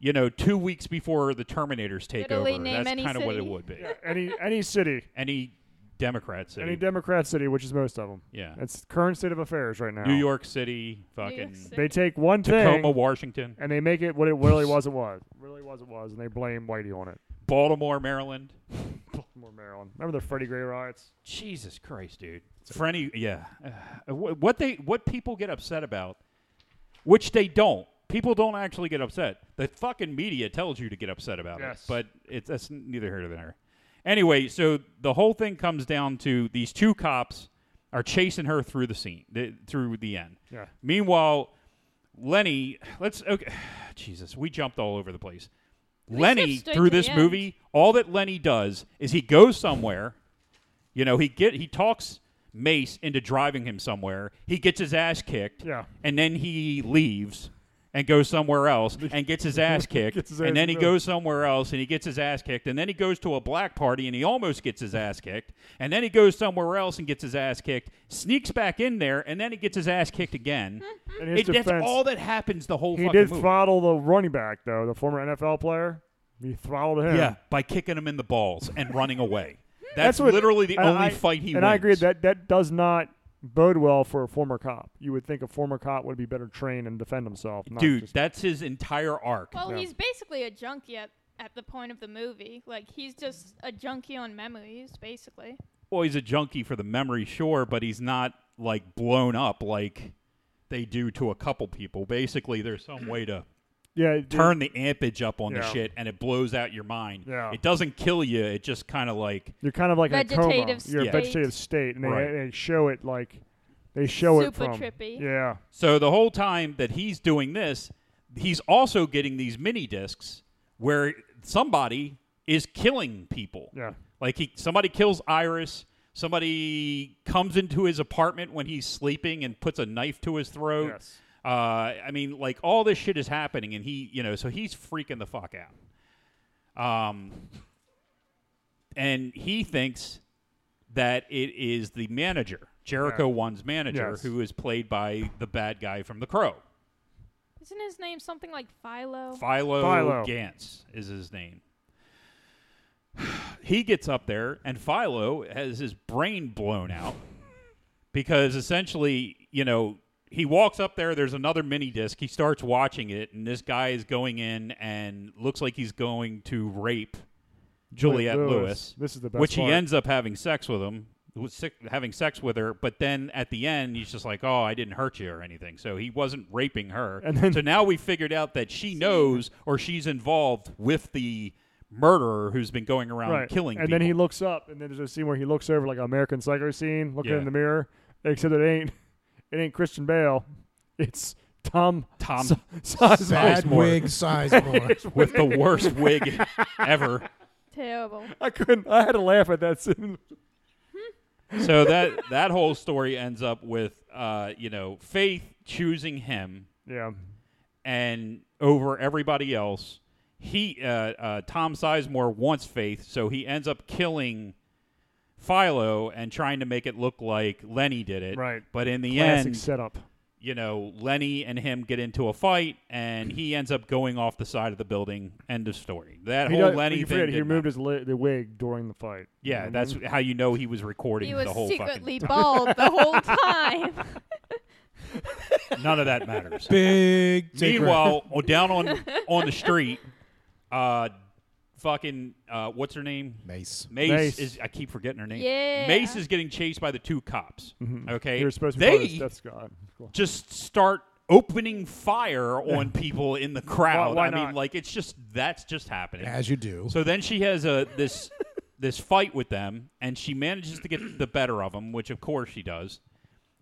E: you know, two weeks before the Terminators take
D: Italy,
E: over.
D: name
E: That's
D: any
E: kind of what it
D: city.
E: would be.
B: any any city,
E: Any Democrat city,
B: any Democrat city, which is most of them.
E: Yeah.
B: it's current state of affairs right now.
E: New York City,
D: York
E: fucking
D: City.
B: They take one
E: Tacoma,
B: thing
E: Washington,
B: and they make it what it
E: [LAUGHS]
B: really was. It was really was. It was, and they blame Whitey on it.
E: Baltimore, Maryland.
B: Baltimore, Maryland. Remember the Freddie Gray riots?
E: Jesus Christ, dude. Frenny, yeah. Uh, wh- what they what people get upset about, which they don't. People don't actually get upset. The fucking media tells you to get upset about
B: Yes.
E: it, but it's that's neither here nor there. Anyway, so the whole thing comes down to these two cops are chasing her through the scene, the, through the end.
B: Yeah.
E: Meanwhile, Lenny, let's okay, [SIGHS] Jesus, we jumped all over the place. Lenny
D: skipped straight
E: through
D: to
E: this
D: the end.
E: movie, all that Lenny does is he goes somewhere. You know, he get he talks Mace into driving him somewhere. He gets his ass kicked.
B: Yeah.
E: And then he leaves and goes
B: [LAUGHS]
E: somewhere else and gets his ass kicked.
B: Gets his ass
E: and then he
B: kicked.
E: goes somewhere else and he gets his ass kicked. And then he goes to a black party and he almost gets his ass kicked. And then he goes somewhere else and gets his ass kicked. Sneaks back in there and then he gets his ass kicked again.
B: In his
E: It- that's
B: defense,
E: all that happens the whole
B: he
E: fucking
B: did
E: movie.
B: throttle the running back though, the former NFL player. He throttled him. Hmm.
E: Yeah, by kicking him in the balls and running away. That's,
B: That's what-
E: literally the
B: and
E: only
B: I-
E: fight he
B: And
E: wins.
B: I agree that that does not bode well for a former cop. You would think a former cop would be better trained and defend himself. not
E: dude,
B: just-
E: that's his entire arc.
D: Well,
B: Yeah.
D: he's basically a junkie at, at the point of the movie. Like he's just a junkie on memories, basically.
E: Well, he's a junkie for the memory, sure, but he's not like blown up like they do to a couple people. Basically, there's some way to
B: yeah, [CLEARS THROAT] dude,
E: turn the ampage up on the
B: Yeah.
E: shit, and it blows out your mind.
B: Yeah.
E: It doesn't kill you. It just kind of like
B: You're kind of like in a coma.
D: Vegetative
B: You're a
E: state.
B: vegetative state, and they,
E: Right.
B: they show it like they show it
D: Super
B: from.
D: trippy.
B: Yeah,
E: So the whole time that he's doing this, he's also getting these mini discs where somebody is killing people.
B: Yeah.
E: Like he somebody kills Iris, somebody comes into his apartment when he's sleeping and puts a knife to his throat.
B: Yes.
E: Uh, I mean, like all this shit is happening and he, you know, so he's freaking the fuck out. Um and he thinks that it is the manager, Jericho
B: Yeah.
E: One's manager,
B: Yes.
E: who is played by the bad guy from The Crow.
D: Isn't his name something like Philo?
E: Philo,
B: Philo.
E: Gantz is his name. [SIGHS] he gets up there, and Philo has his brain blown out because essentially, you know, he walks up there. There's another mini disc. He starts watching it, and this guy is going in and looks like he's going to rape Juliette
B: Lewis.
E: Lewis.
B: This is the best
E: Which
B: part.
E: he ends up having sex with him, was sick, having sex with her. But then at the end, he's just like, "Oh, I didn't hurt you or anything." So he wasn't raping her.
B: And then-
E: so now we figured out that she knows or she's involved with the murderer who's been going around
B: right.
E: killing.
B: and
E: people.
B: then he looks up, and then there's a scene where he looks over like an American Psycho scene, looking
E: Yeah.
B: in the mirror. Except it ain't, it ain't Christian Bale. It's Tom. [LAUGHS]
E: Tom
C: Bad
E: Sizemore.
C: wig size more.
E: with the worst wig ever.
D: Terrible.
B: I couldn't. I had to laugh at that scene.
E: so that that whole story ends up with uh, you know Faith choosing him
B: Yeah.
E: and over everybody else. He uh, uh, Tom Sizemore wants Faith, so he ends up killing Philo and trying to make it look like Lenny did it.
B: Right.
E: But in the
B: Classic
E: end,
B: setup.
E: you know, Lenny and him get into a fight, and he ends up going off the side of the building. End of story. That
B: He
E: whole
B: does-
E: Lenny
B: you
E: thing.
B: forget, he
E: did
B: removed
E: not-
B: his Mm-hmm. li- the wig during the fight.
E: yeah, that's how you know he was recording
D: He was
E: the whole
D: secretly bald the
E: [LAUGHS]
D: whole time.
E: fucking. None of that matters.
B: [LAUGHS]
C: Big. taker.
E: Meanwhile, oh,
D: [LAUGHS]
E: down on on the street, uh, fucking uh, what's her name?
C: Mace.
E: Mace,
B: Mace.
E: is I keep forgetting her name.
D: Yeah.
E: Mace is getting chased by the two cops. Okay,
B: you were Mm-hmm. supposed to be part of
E: they
B: this Death Squad. Cool.
E: just start opening fire on people in the crowd.
B: why
E: I mean,
B: not?
E: like it's just that's just happening.
C: As you do.
E: So then she has a this this fight with them, and she manages to get the better of them, which of course she does,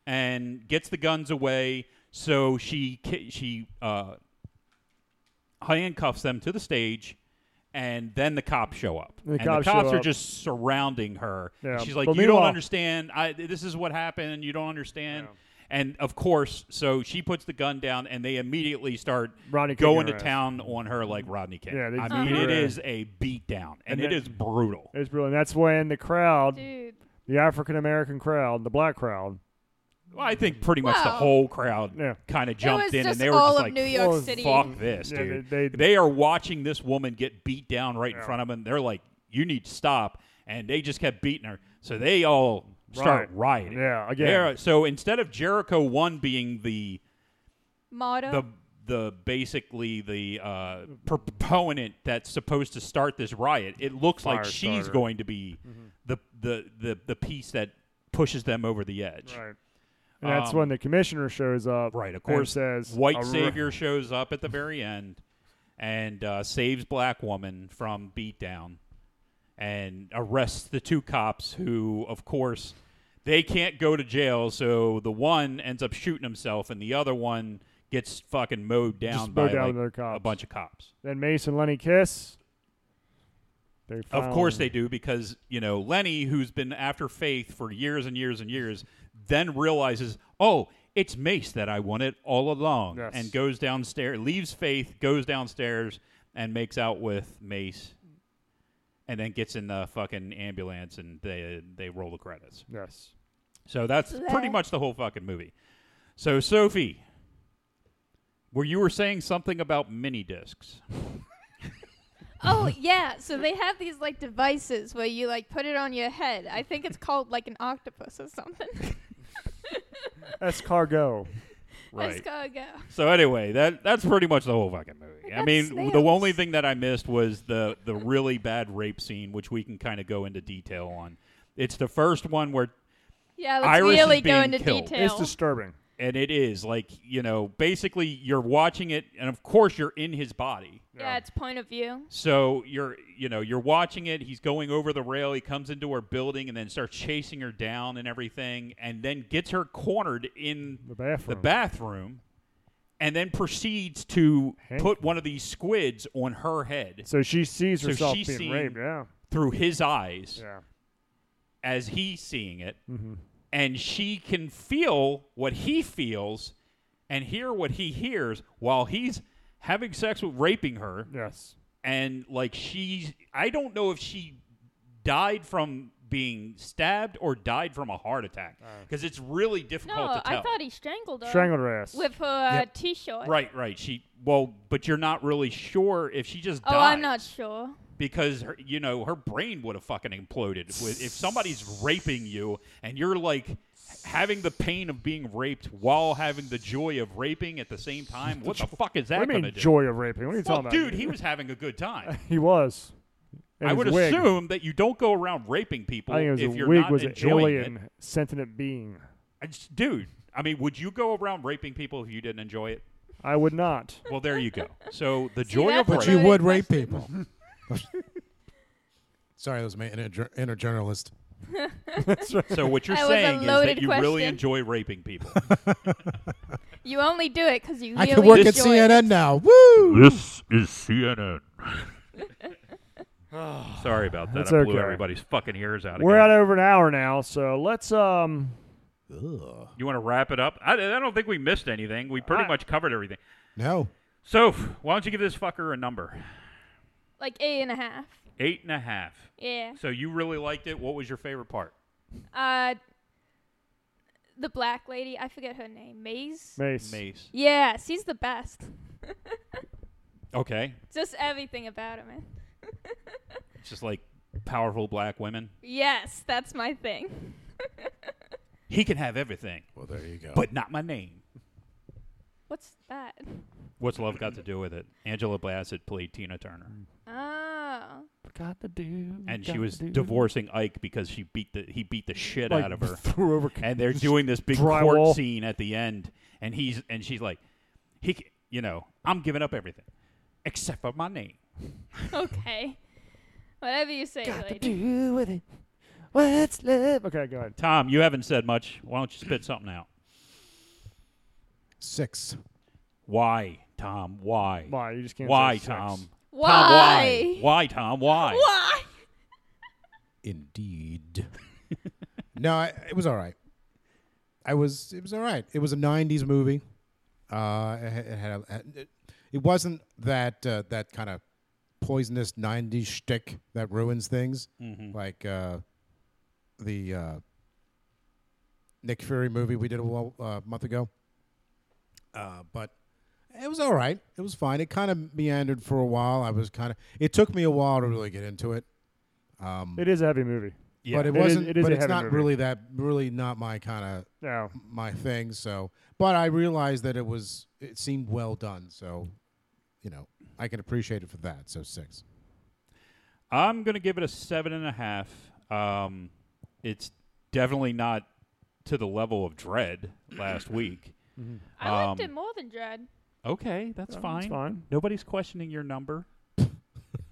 E: and gets the guns away. So she ki- she uh, handcuffs them to the stage, and then the cops show up.
B: The
E: and
B: cops
E: the cops
B: show
E: are
B: up.
E: just surrounding her.
B: Yeah,
E: She's like,
B: but
E: "You don't
B: meanwhile-
E: understand. I, this is what happened. You don't understand." And of course, so she puts the gun down, and they immediately start
B: Rodney King
E: going
B: her
E: to
B: ass.
E: town on her like Rodney King.
B: Yeah, they
E: I
B: beat
E: mean,
B: her
E: it
B: ass.
E: is a beatdown,
B: And
E: and, it
B: that-
E: is brutal.
B: It's brilliant. That's when the crowd,
D: Dude.
B: the African American crowd, the black crowd,
E: Well, I think pretty much the
D: Wow.
E: whole crowd
B: Yeah.
E: kind of jumped
D: was
E: in,
D: just
E: and they were
D: all
E: just
D: of
E: like,
D: New York
E: "Fuck
D: City."
E: "Fuck this,
B: Yeah,
E: dude!"
B: they-
E: They,
B: they-
E: are watching this woman get beat down right in front of them. They're like, "You need to stop," and they just kept beating her. So they all start
B: Right.
E: rioting.
B: Yeah, again.
E: They're- so instead of Jericho one being the
D: Motto.
E: the the basically the uh, proponent that's supposed to start this riot, it looks like she's
B: Firestarter.
E: going to be the, the the the piece that pushes them over the edge.
B: right? And that's
E: Um,
B: when the commissioner shows up.
E: Right, of
B: and
E: course.
B: says
E: White
B: "Ar-
E: Savior shows up at the very end and uh, saves Black Woman from beatdown and arrests the two cops who, of course, they can't go to jail. So the one ends up shooting himself, and the other one gets fucking mowed down
B: Just
E: by
B: mowed down
E: like,
B: by their
E: a
B: cops.
E: bunch of cops.
B: Then Mace and Lenny kiss. They
E: Of course
B: finally-
E: they do because, you know, Lenny, who's been after Faith for years and years and years, then realizes, oh, it's Mace that I wanted all along
B: Yes.
E: and goes downstairs, leaves Faith, goes downstairs and makes out with Mace and then gets in the fucking ambulance and they they roll the credits.
B: Yes.
E: So that's pretty much the whole fucking movie. So Sophie, where you were saying something about mini discs.
D: Oh yeah, so they have these like devices where you like put it on your head. I think it's called like an octopus or something. [LAUGHS]
B: Escargot.
E: Right.
D: Let's go go.
E: So anyway, that that's pretty much the whole fucking movie. I
D: got
E: mean,
D: snails.
E: the only thing that I missed was the the really bad rape scene, which we can kind of go into detail on. It's the first one where,
D: Yeah, let's
E: Iris is
D: really go
E: being
D: into
E: killed. It's
B: It's
D: detail.
B: disturbing.
E: and it is like you know, basically you're watching it, and of course you're in his body.
D: yeah, it's point of view.
E: So you're you know you're watching it. He's going over the rail. He comes into her building and then starts chasing her down and everything, and then gets her cornered in
B: The bathroom.
E: the bathroom and then proceeds to
B: Hank.
E: put one of these squids on her head
B: So she sees
E: So
B: herself
E: she's
B: being
E: seeing-
B: raped. Yeah.
E: through his eyes
B: Yeah.
E: as he's seeing it
B: Mm-hmm.
E: and she can feel what he feels and hear what he hears while he's having sex with raping her
B: Yes.
E: and like she's i don't know if she died from being stabbed or died from a heart attack
B: Uh.
E: because it's really
D: No,
E: difficult to tell
D: I thought he strangled her
B: Strangled her ass.
D: with her uh,
C: Yep.
D: t-shirt.
E: right right she well but you're not really sure if she just
D: Oh,
E: died
D: I'm not sure.
E: because her, you know her brain would have fucking imploded with, if somebody's raping you and you're like having the pain of being raped while having the joy of raping at the same time what the fuck is that
B: what do you
E: gonna
B: mean
E: do
B: joy of raping? What are you
E: well,
B: talking about?
E: dude he was having a
B: [LAUGHS]
E: good time
B: He was. And
E: i
B: his
E: would
B: wig.
E: assume that you don't go around raping people
B: I think it was
E: if
B: a
E: you're
B: wig
E: not
B: was an
E: enjoying
B: alien
E: it
B: sentient being.
E: I just- dude i mean would you go around raping people if you didn't enjoy it
B: I would not.
E: well there you go so the joy of
C: But
D: that's
E: rape
C: you would rape
D: Question.
C: people. [LAUGHS] Sorry, that was my inner, jour- inner journalist.
E: [LAUGHS] so what you're
D: That was a
E: saying is that
D: loaded
E: you really
D: question.
E: enjoy raping people
D: You only do it because you
C: I
D: really
C: can work at
D: enjoy it.
C: CNN now. Woo!
E: This is CNN.
B: [SIGHS]
E: Sorry about that.
B: That's
E: I blew
B: okay.
E: everybody's fucking ears out.
B: We're at
E: again.
B: over an hour now, so let's um.
C: Ugh.
E: You want to wrap it up? I, I don't think we missed anything. We pretty
B: I-
E: much covered everything.
C: No.
E: So, why don't you give this fucker a number?
D: Like eight and a half.
E: Eight and a half.
D: Yeah.
E: So you really liked it. What was your favorite part?
D: Uh, the black lady. I forget her name. Maze.
B: Mace.
E: Mace.
D: Yeah, she's the best.
E: Okay.
D: Just everything about her, man.
E: It's just like powerful black women.
D: Yes, that's my thing.
E: He can have everything,
C: Well, there you go.
E: but not my name.
D: What's that?
E: What's love got to do with it? Angela Bassett played Tina Turner,
D: Oh.
B: Got the dude. Mm-hmm.
E: and
B: got
E: she
B: the
E: was
B: dude.
E: divorcing Ike because she beat the he beat the shit
B: Like,
E: out of her.
B: [LAUGHS] Threw over.
E: [LAUGHS] and they're doing this big
B: Drywall.
E: court scene at the end, and he's and she's like, he, c- you know, I'm giving up everything except for my name.
D: Okay. Whatever you say, lady.
B: do with it. What's love? Okay, go ahead.
E: Tom, you haven't said much. Why don't you spit something out?
C: Six.
E: Why, Tom? Why?
B: Why you just can't?
E: Why,
B: say six.
E: Tom? Tom,
D: Why?
E: why? Why, Tom? Why?
D: Why?
C: Indeed. no, I, it was all right. I was. It was all right. It was a '90s movie. Uh, it, had- it had. A, it, it wasn't that uh, that kind of poisonous '90s shtick that ruins things, like uh, the uh, Nick Fury movie we did a while, uh, month ago. Uh, but it was all right. It was fine. It kind of meandered for a while. I was kind of. It took me a while to really get into it. Um,
B: It is a heavy movie.
E: Yeah.
C: but it
B: It is-
C: wasn't.
B: it is
C: but
B: a
C: it's
B: heavy
C: not
B: movie.
C: really that. Really, not my kind of
B: No.
C: my thing. So, but I realized that it was. It seemed well done. So, you know, I can appreciate it for that. So six.
E: I'm gonna give it a seven and a half. Um, it's definitely not to the level of Dread last week.
B: Mm-hmm.
D: I liked
E: Um,
D: it more than Dread.
E: Okay, that's
B: That's
E: fine.
B: fine.
E: Nobody's questioning your number. [LAUGHS]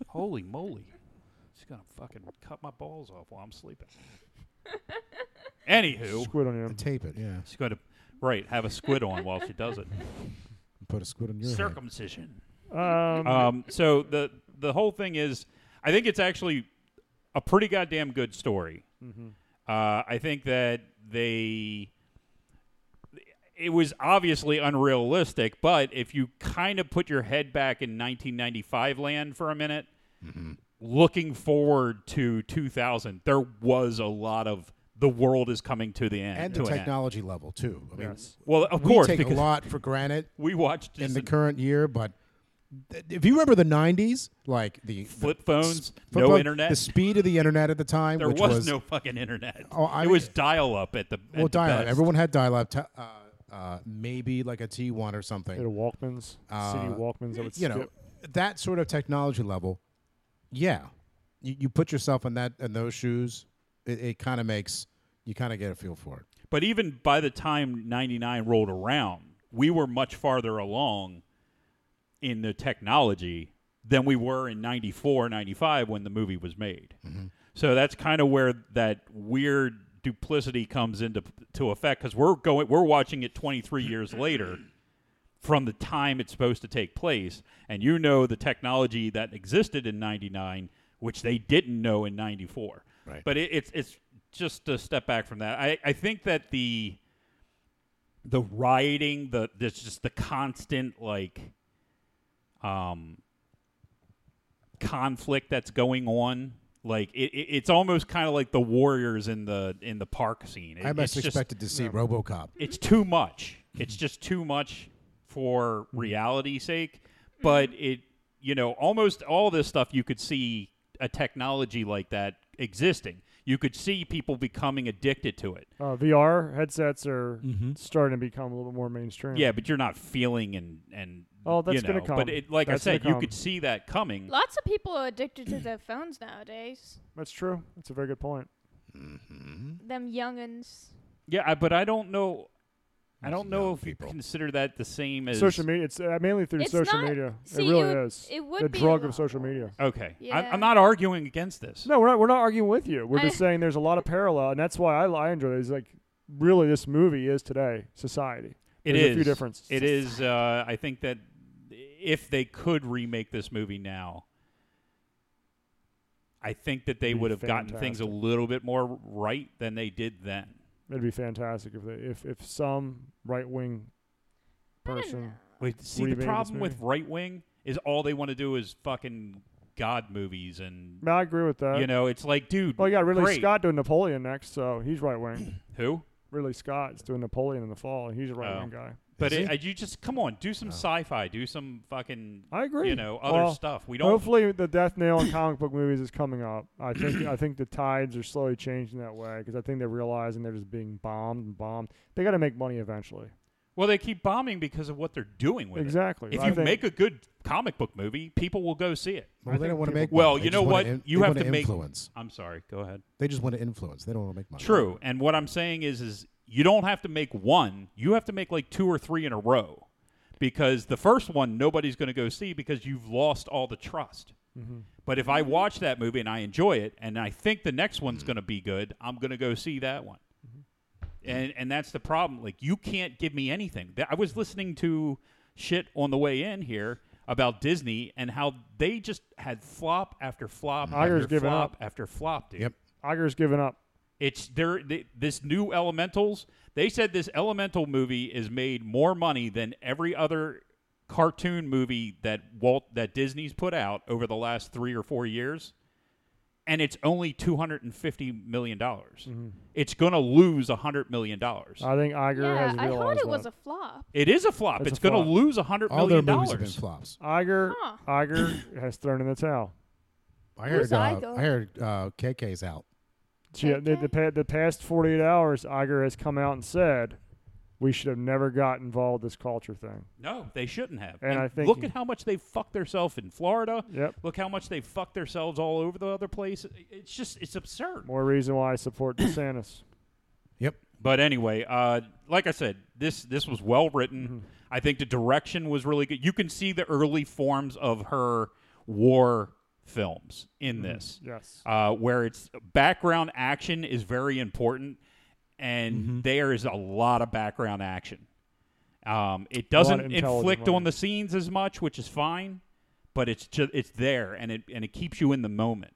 E: Holy moly! She's gonna fucking cut my balls off while I'm sleeping. Anywho,
B: Squid on you.
C: Tape it. Yeah.
E: she's gonna right have a squid on while she does [LAUGHS] it.
C: Put a squid on your head.
E: Circumcision.
B: [LAUGHS] Um,
E: Um, so the the whole thing is, I think it's actually a pretty goddamn good story.
B: mm-hmm.
E: Uh, I think that they it was obviously unrealistic, but if you kind of put your head back in 1995 land for a minute, looking forward to 2000, there was a lot of the world is coming to the end
C: And
E: to
C: the
E: an end.
C: technology level too. I mean,
E: Well, of
C: we
E: course,
C: take a
E: because
C: lot for granted
E: we watched
C: in
E: just
C: the
E: a-
C: current year, but. th- If you remember the '90s, like the
E: Flip
C: the s-
E: phones,
C: flip
E: no
C: phone-
E: internet.
C: the speed of the internet at the time,
E: There
C: which
E: was, no fucking internet.
C: Oh, I
E: it
C: mean-
E: was dial up at the at
C: Well,
E: the
C: dial up.
E: best.
C: Everyone had dial up. T- uh, uh, maybe like a T1 or
B: they had
C: something.
B: Walkmans, city
C: Uh,
B: Walkmans. I would
C: You know,
B: skip.
C: that sort of technology level. Yeah, you, you put yourself in that in those shoes. It, it kind of makes you kind of get a feel for it.
E: But even by the time '99 rolled around, we were much farther along in the technology than we were in '94, '95 when the movie was made. So that's kind of where that weird duplicity comes into to effect because we're going, we're watching it 23 years later. From the time it's supposed to take place, and you know the technology that existed in '99, which they didn't know in '94.
C: Right.
E: But it, it's it's just a step back from that. I, I think that the the rioting, the there's just the constant like um conflict that's going on. Like it, it it's almost kind of like the warriors in the in the park scene. It-
C: I must
E: it's just-
C: expected to see RoboCop.
E: it's too much. It's just too much for reality sake. But
B: Mm-hmm.
E: it, you know, almost all this stuff you could see a technology like that existing. You could see people becoming addicted to it.
B: Uh, VR headsets are
E: Mm-hmm.
B: starting to become a little bit more mainstream.
E: Yeah, but you're not feeling and and
B: Oh, that's
E: you know,
B: gonna
E: But
B: come.
E: it, like
B: That's
E: I
B: gonna
E: said, you
B: come.
E: could see that coming.
D: Lots of people are addicted to their phones nowadays.
B: that's true. That's a very good point.
E: Mm-hmm.
D: Them youngins.
E: Yeah, I, but I don't know. I don't know
C: young
E: if you
C: people.
E: consider that the same as
B: Social media. It's uh, mainly through
D: It's
B: social
D: not-
B: media.
D: see,
B: it really
D: you-
B: is.
D: it would
B: the
D: be a
B: drug of
D: lot
B: social
D: more.
B: media.
E: Okay, I'm,
D: Yeah.
E: I'm not arguing against this.
B: No, we're not. We're not arguing with you. We're
D: I-
B: just saying there's a lot of parallel, and that's why I, I enjoy it. It's like really, this movie is today society.
E: It is
B: There's a few differences.
E: It is. Uh, I think that if they could remake this movie now, I think that they
B: Be
E: would have gotten things a
B: fantastic.
E: little bit more right than they did then.
B: It'd be fantastic if they, if if some right wing
D: I don't
B: person.
D: know.
E: Wait, see,
B: Remake
E: the
B: this
E: problem with
B: movie.
E: right wing is all they want to do is fucking god movies, and
B: No, I agree with that.
E: you know, it's like, dude,
B: well, you got Ridley
E: great.
B: Scott doing Napoleon next, so he's right wing.
E: who?
B: Ridley Scott's doing Napoleon in the fall, and he's a right wing guy.
E: But
C: Is he?
E: it, uh, you just come on, do some sci-fi, do some fucking,
B: Oh. I agree.
E: you know, other
B: Well,
E: stuff. We don't.
B: Hopefully, the death nail in comic book movies is coming up. I think I think the tides are slowly changing that way because I think they're realizing they're just being bombed and bombed. They got to make money eventually.
E: Well, they keep bombing because of what they're doing with it.
B: exactly.
E: If
B: I
E: you
B: think-
E: make a good comic book movie, people will go see it.
C: Well, they don't want to make.
E: Well,
C: money. They
E: you
C: just
E: know
C: wanna
E: what?
C: in-
E: You
C: they
E: have
C: wanna
E: to make-
C: influence.
E: I'm sorry. Go ahead.
C: They just want to influence. They don't want to make money.
E: True. And what I'm saying is, is you don't have to make one. You have to make like two or three in a row, because the first one nobody's going to go see because you've lost all the trust. But if I watch that movie and I enjoy it, and I think the next one's going to be good, I'm going to go see that one. And and that's the problem. Like you can't give me anything. That- I was listening to shit on the way in here. about Disney and how they just had flop after flop
B: Iger's
E: after
B: giving
E: flop
B: up.
E: after flop, dude.
C: Yep.
B: Iger's giving up.
E: It's their th- this new Elementals. They said this Elemental movie is made more money than every other cartoon movie that Walt that Disney's put out over the last 3 or 4 years. And it's only 250 million dollars.
B: Mm-hmm.
E: It's going to lose 100 million dollars.
B: I think Iger
D: yeah,
B: has
D: I
B: realized
D: heard it
B: that.
D: was a flop.
E: it is a flop.
B: Uh, It's
E: It's,
B: a
E: going
B: flop.
E: to lose 100
C: All their
E: million
C: movies have been
E: dollars.
C: flops.
B: Iger,
D: Huh.
B: Iger has thrown in the towel.
C: I
J: Who's
C: heard. Uh,
J: Igo?
C: I heard uh, KK's out.
B: She, the, the, pa- the past 48 hours, Iger has come out and said, we should have never got involved with this culture thing.
E: No, they shouldn't have.
B: And I think
E: look
B: you-
E: at how much they fucked themselves in Florida.
B: Yep.
E: Look how much they fucked themselves all over the other place. It's just it's absurd.
B: More reason why I support DeSantis.
E: [LAUGHS]
C: Yep.
E: But anyway, uh, like I said, this this was well written. I think the direction was really good. You can see the early forms of her war films in this,
B: yes.
E: uh, where it's background action is very important, and there is a lot of background action. Um, it
B: lot of
E: doesn't
B: intelligent
E: inflict
B: writing.
E: on the scenes as much, which is fine, but it's just it's there and it and it keeps you in the moment.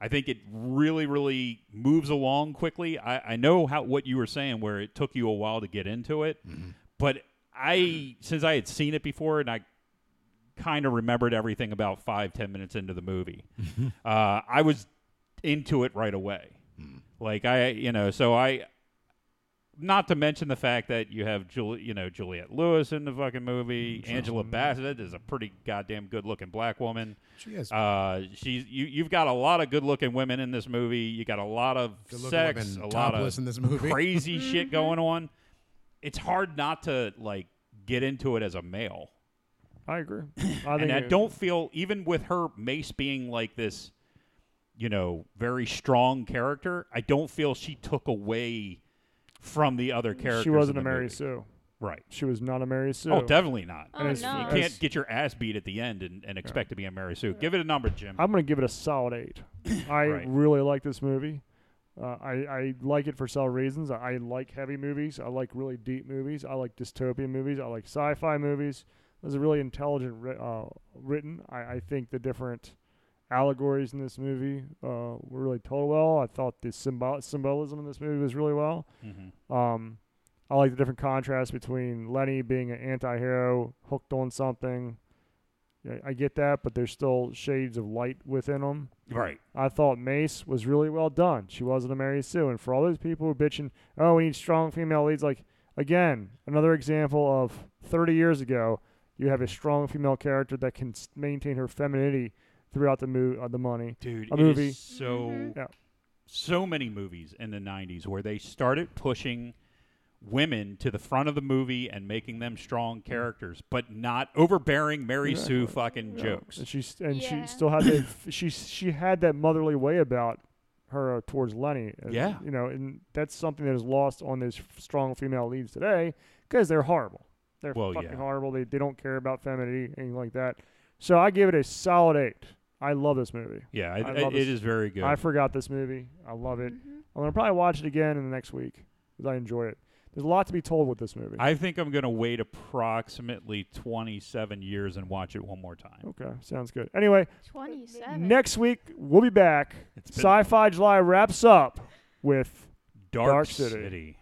E: I think it really really moves along quickly. I, I know how what you were saying where it took you a while to get into it, but I since I had seen it before and I kind of remembered everything about five ten minutes into the movie, uh, I was into it right away. Like I you know so I not to mention the fact that you have Jul- you know Juliette Lewis in the fucking movie.
B: Mm-hmm.
E: Angela Bassett is a pretty goddamn good looking black woman.
C: She is.
E: Uh, she's you. You've got a lot of good looking women in this movie. You got a lot of
C: Good-looking
E: sex,
C: women
E: a lot
C: topless
E: of
C: in this
B: [LAUGHS]
C: movie.
E: crazy shit going on. It's hard not to like get into it as a male,
B: I agree. I think
E: and I
B: it-
E: don't feel even with her Mace being like this, you know, very strong character. I don't feel she took away from the other characters.
B: She wasn't a
E: in the
B: Mary
E: movie.
B: Sue.
E: Right.
B: She was not a Mary Sue.
E: Oh, definitely not.
D: Oh,
B: it's-
D: no.
E: You
B: it's-
E: can't get your ass beat at the end and, and expect to be a Mary Sue. Give it a number, Jim.
B: I'm going to give it a solid
E: [CLEARS THROAT]
B: eight. I
E: Right.
B: really like this movie. Uh, I, I like it for several reasons. I, I like heavy movies. I like really deep movies. I like dystopian movies. I like sci-fi movies. It was a really intelligent wri- uh, written. I, I think the different allegories in this movie uh, were really told well. I thought the symbol- symbolism in this movie was really well.
E: Mm-hmm.
B: Um, I like the different contrast between Lenny being an anti-hero, hooked on something. Yeah, I get that, but there's still shades of light within him.
E: Right.
B: I thought Mace was really well done. She wasn't a Mary Sue. And for all those people who are bitching, oh, we need strong female leads, like, again, another example of 30 years ago, you have a strong female character that can s- maintain her femininity throughout the, mo- uh, the money.
E: Dude,
B: A
E: it
B: movie.
E: is so
B: Yeah.
E: so many movies in the 90s where they started pushing women to the front of the movie and making them strong
B: Mm-hmm.
E: characters, but not overbearing Mary Sue fucking jokes.
B: And she s- and
D: Yeah.
B: she still had that f- [LAUGHS] she s- she had that motherly way about her towards Lenny. uh,
E: Yeah.
B: you know, and that's something that is lost on those f- strong female leads today because they're horrible. They're
E: Well,
B: fucking
E: yeah.
B: horrible. They they don't care about femininity anything like that. So I give it a solid eight. I love this movie.
E: Yeah, I,
B: I love
E: it
B: this.
E: is very good.
B: I forgot this movie. I love
D: Mm-hmm.
B: it. I'm gonna probably watch it again in the next week because I enjoy it. There's a lot to be told with this movie.
E: I think I'm going to wait approximately 27 years and watch it one more time.
B: okay, sounds good. Anyway,
D: 27.
B: Next week we'll be back.
E: It's been-
B: Sci-Fi July wraps up with
E: Dark,
B: Dark City.
E: City.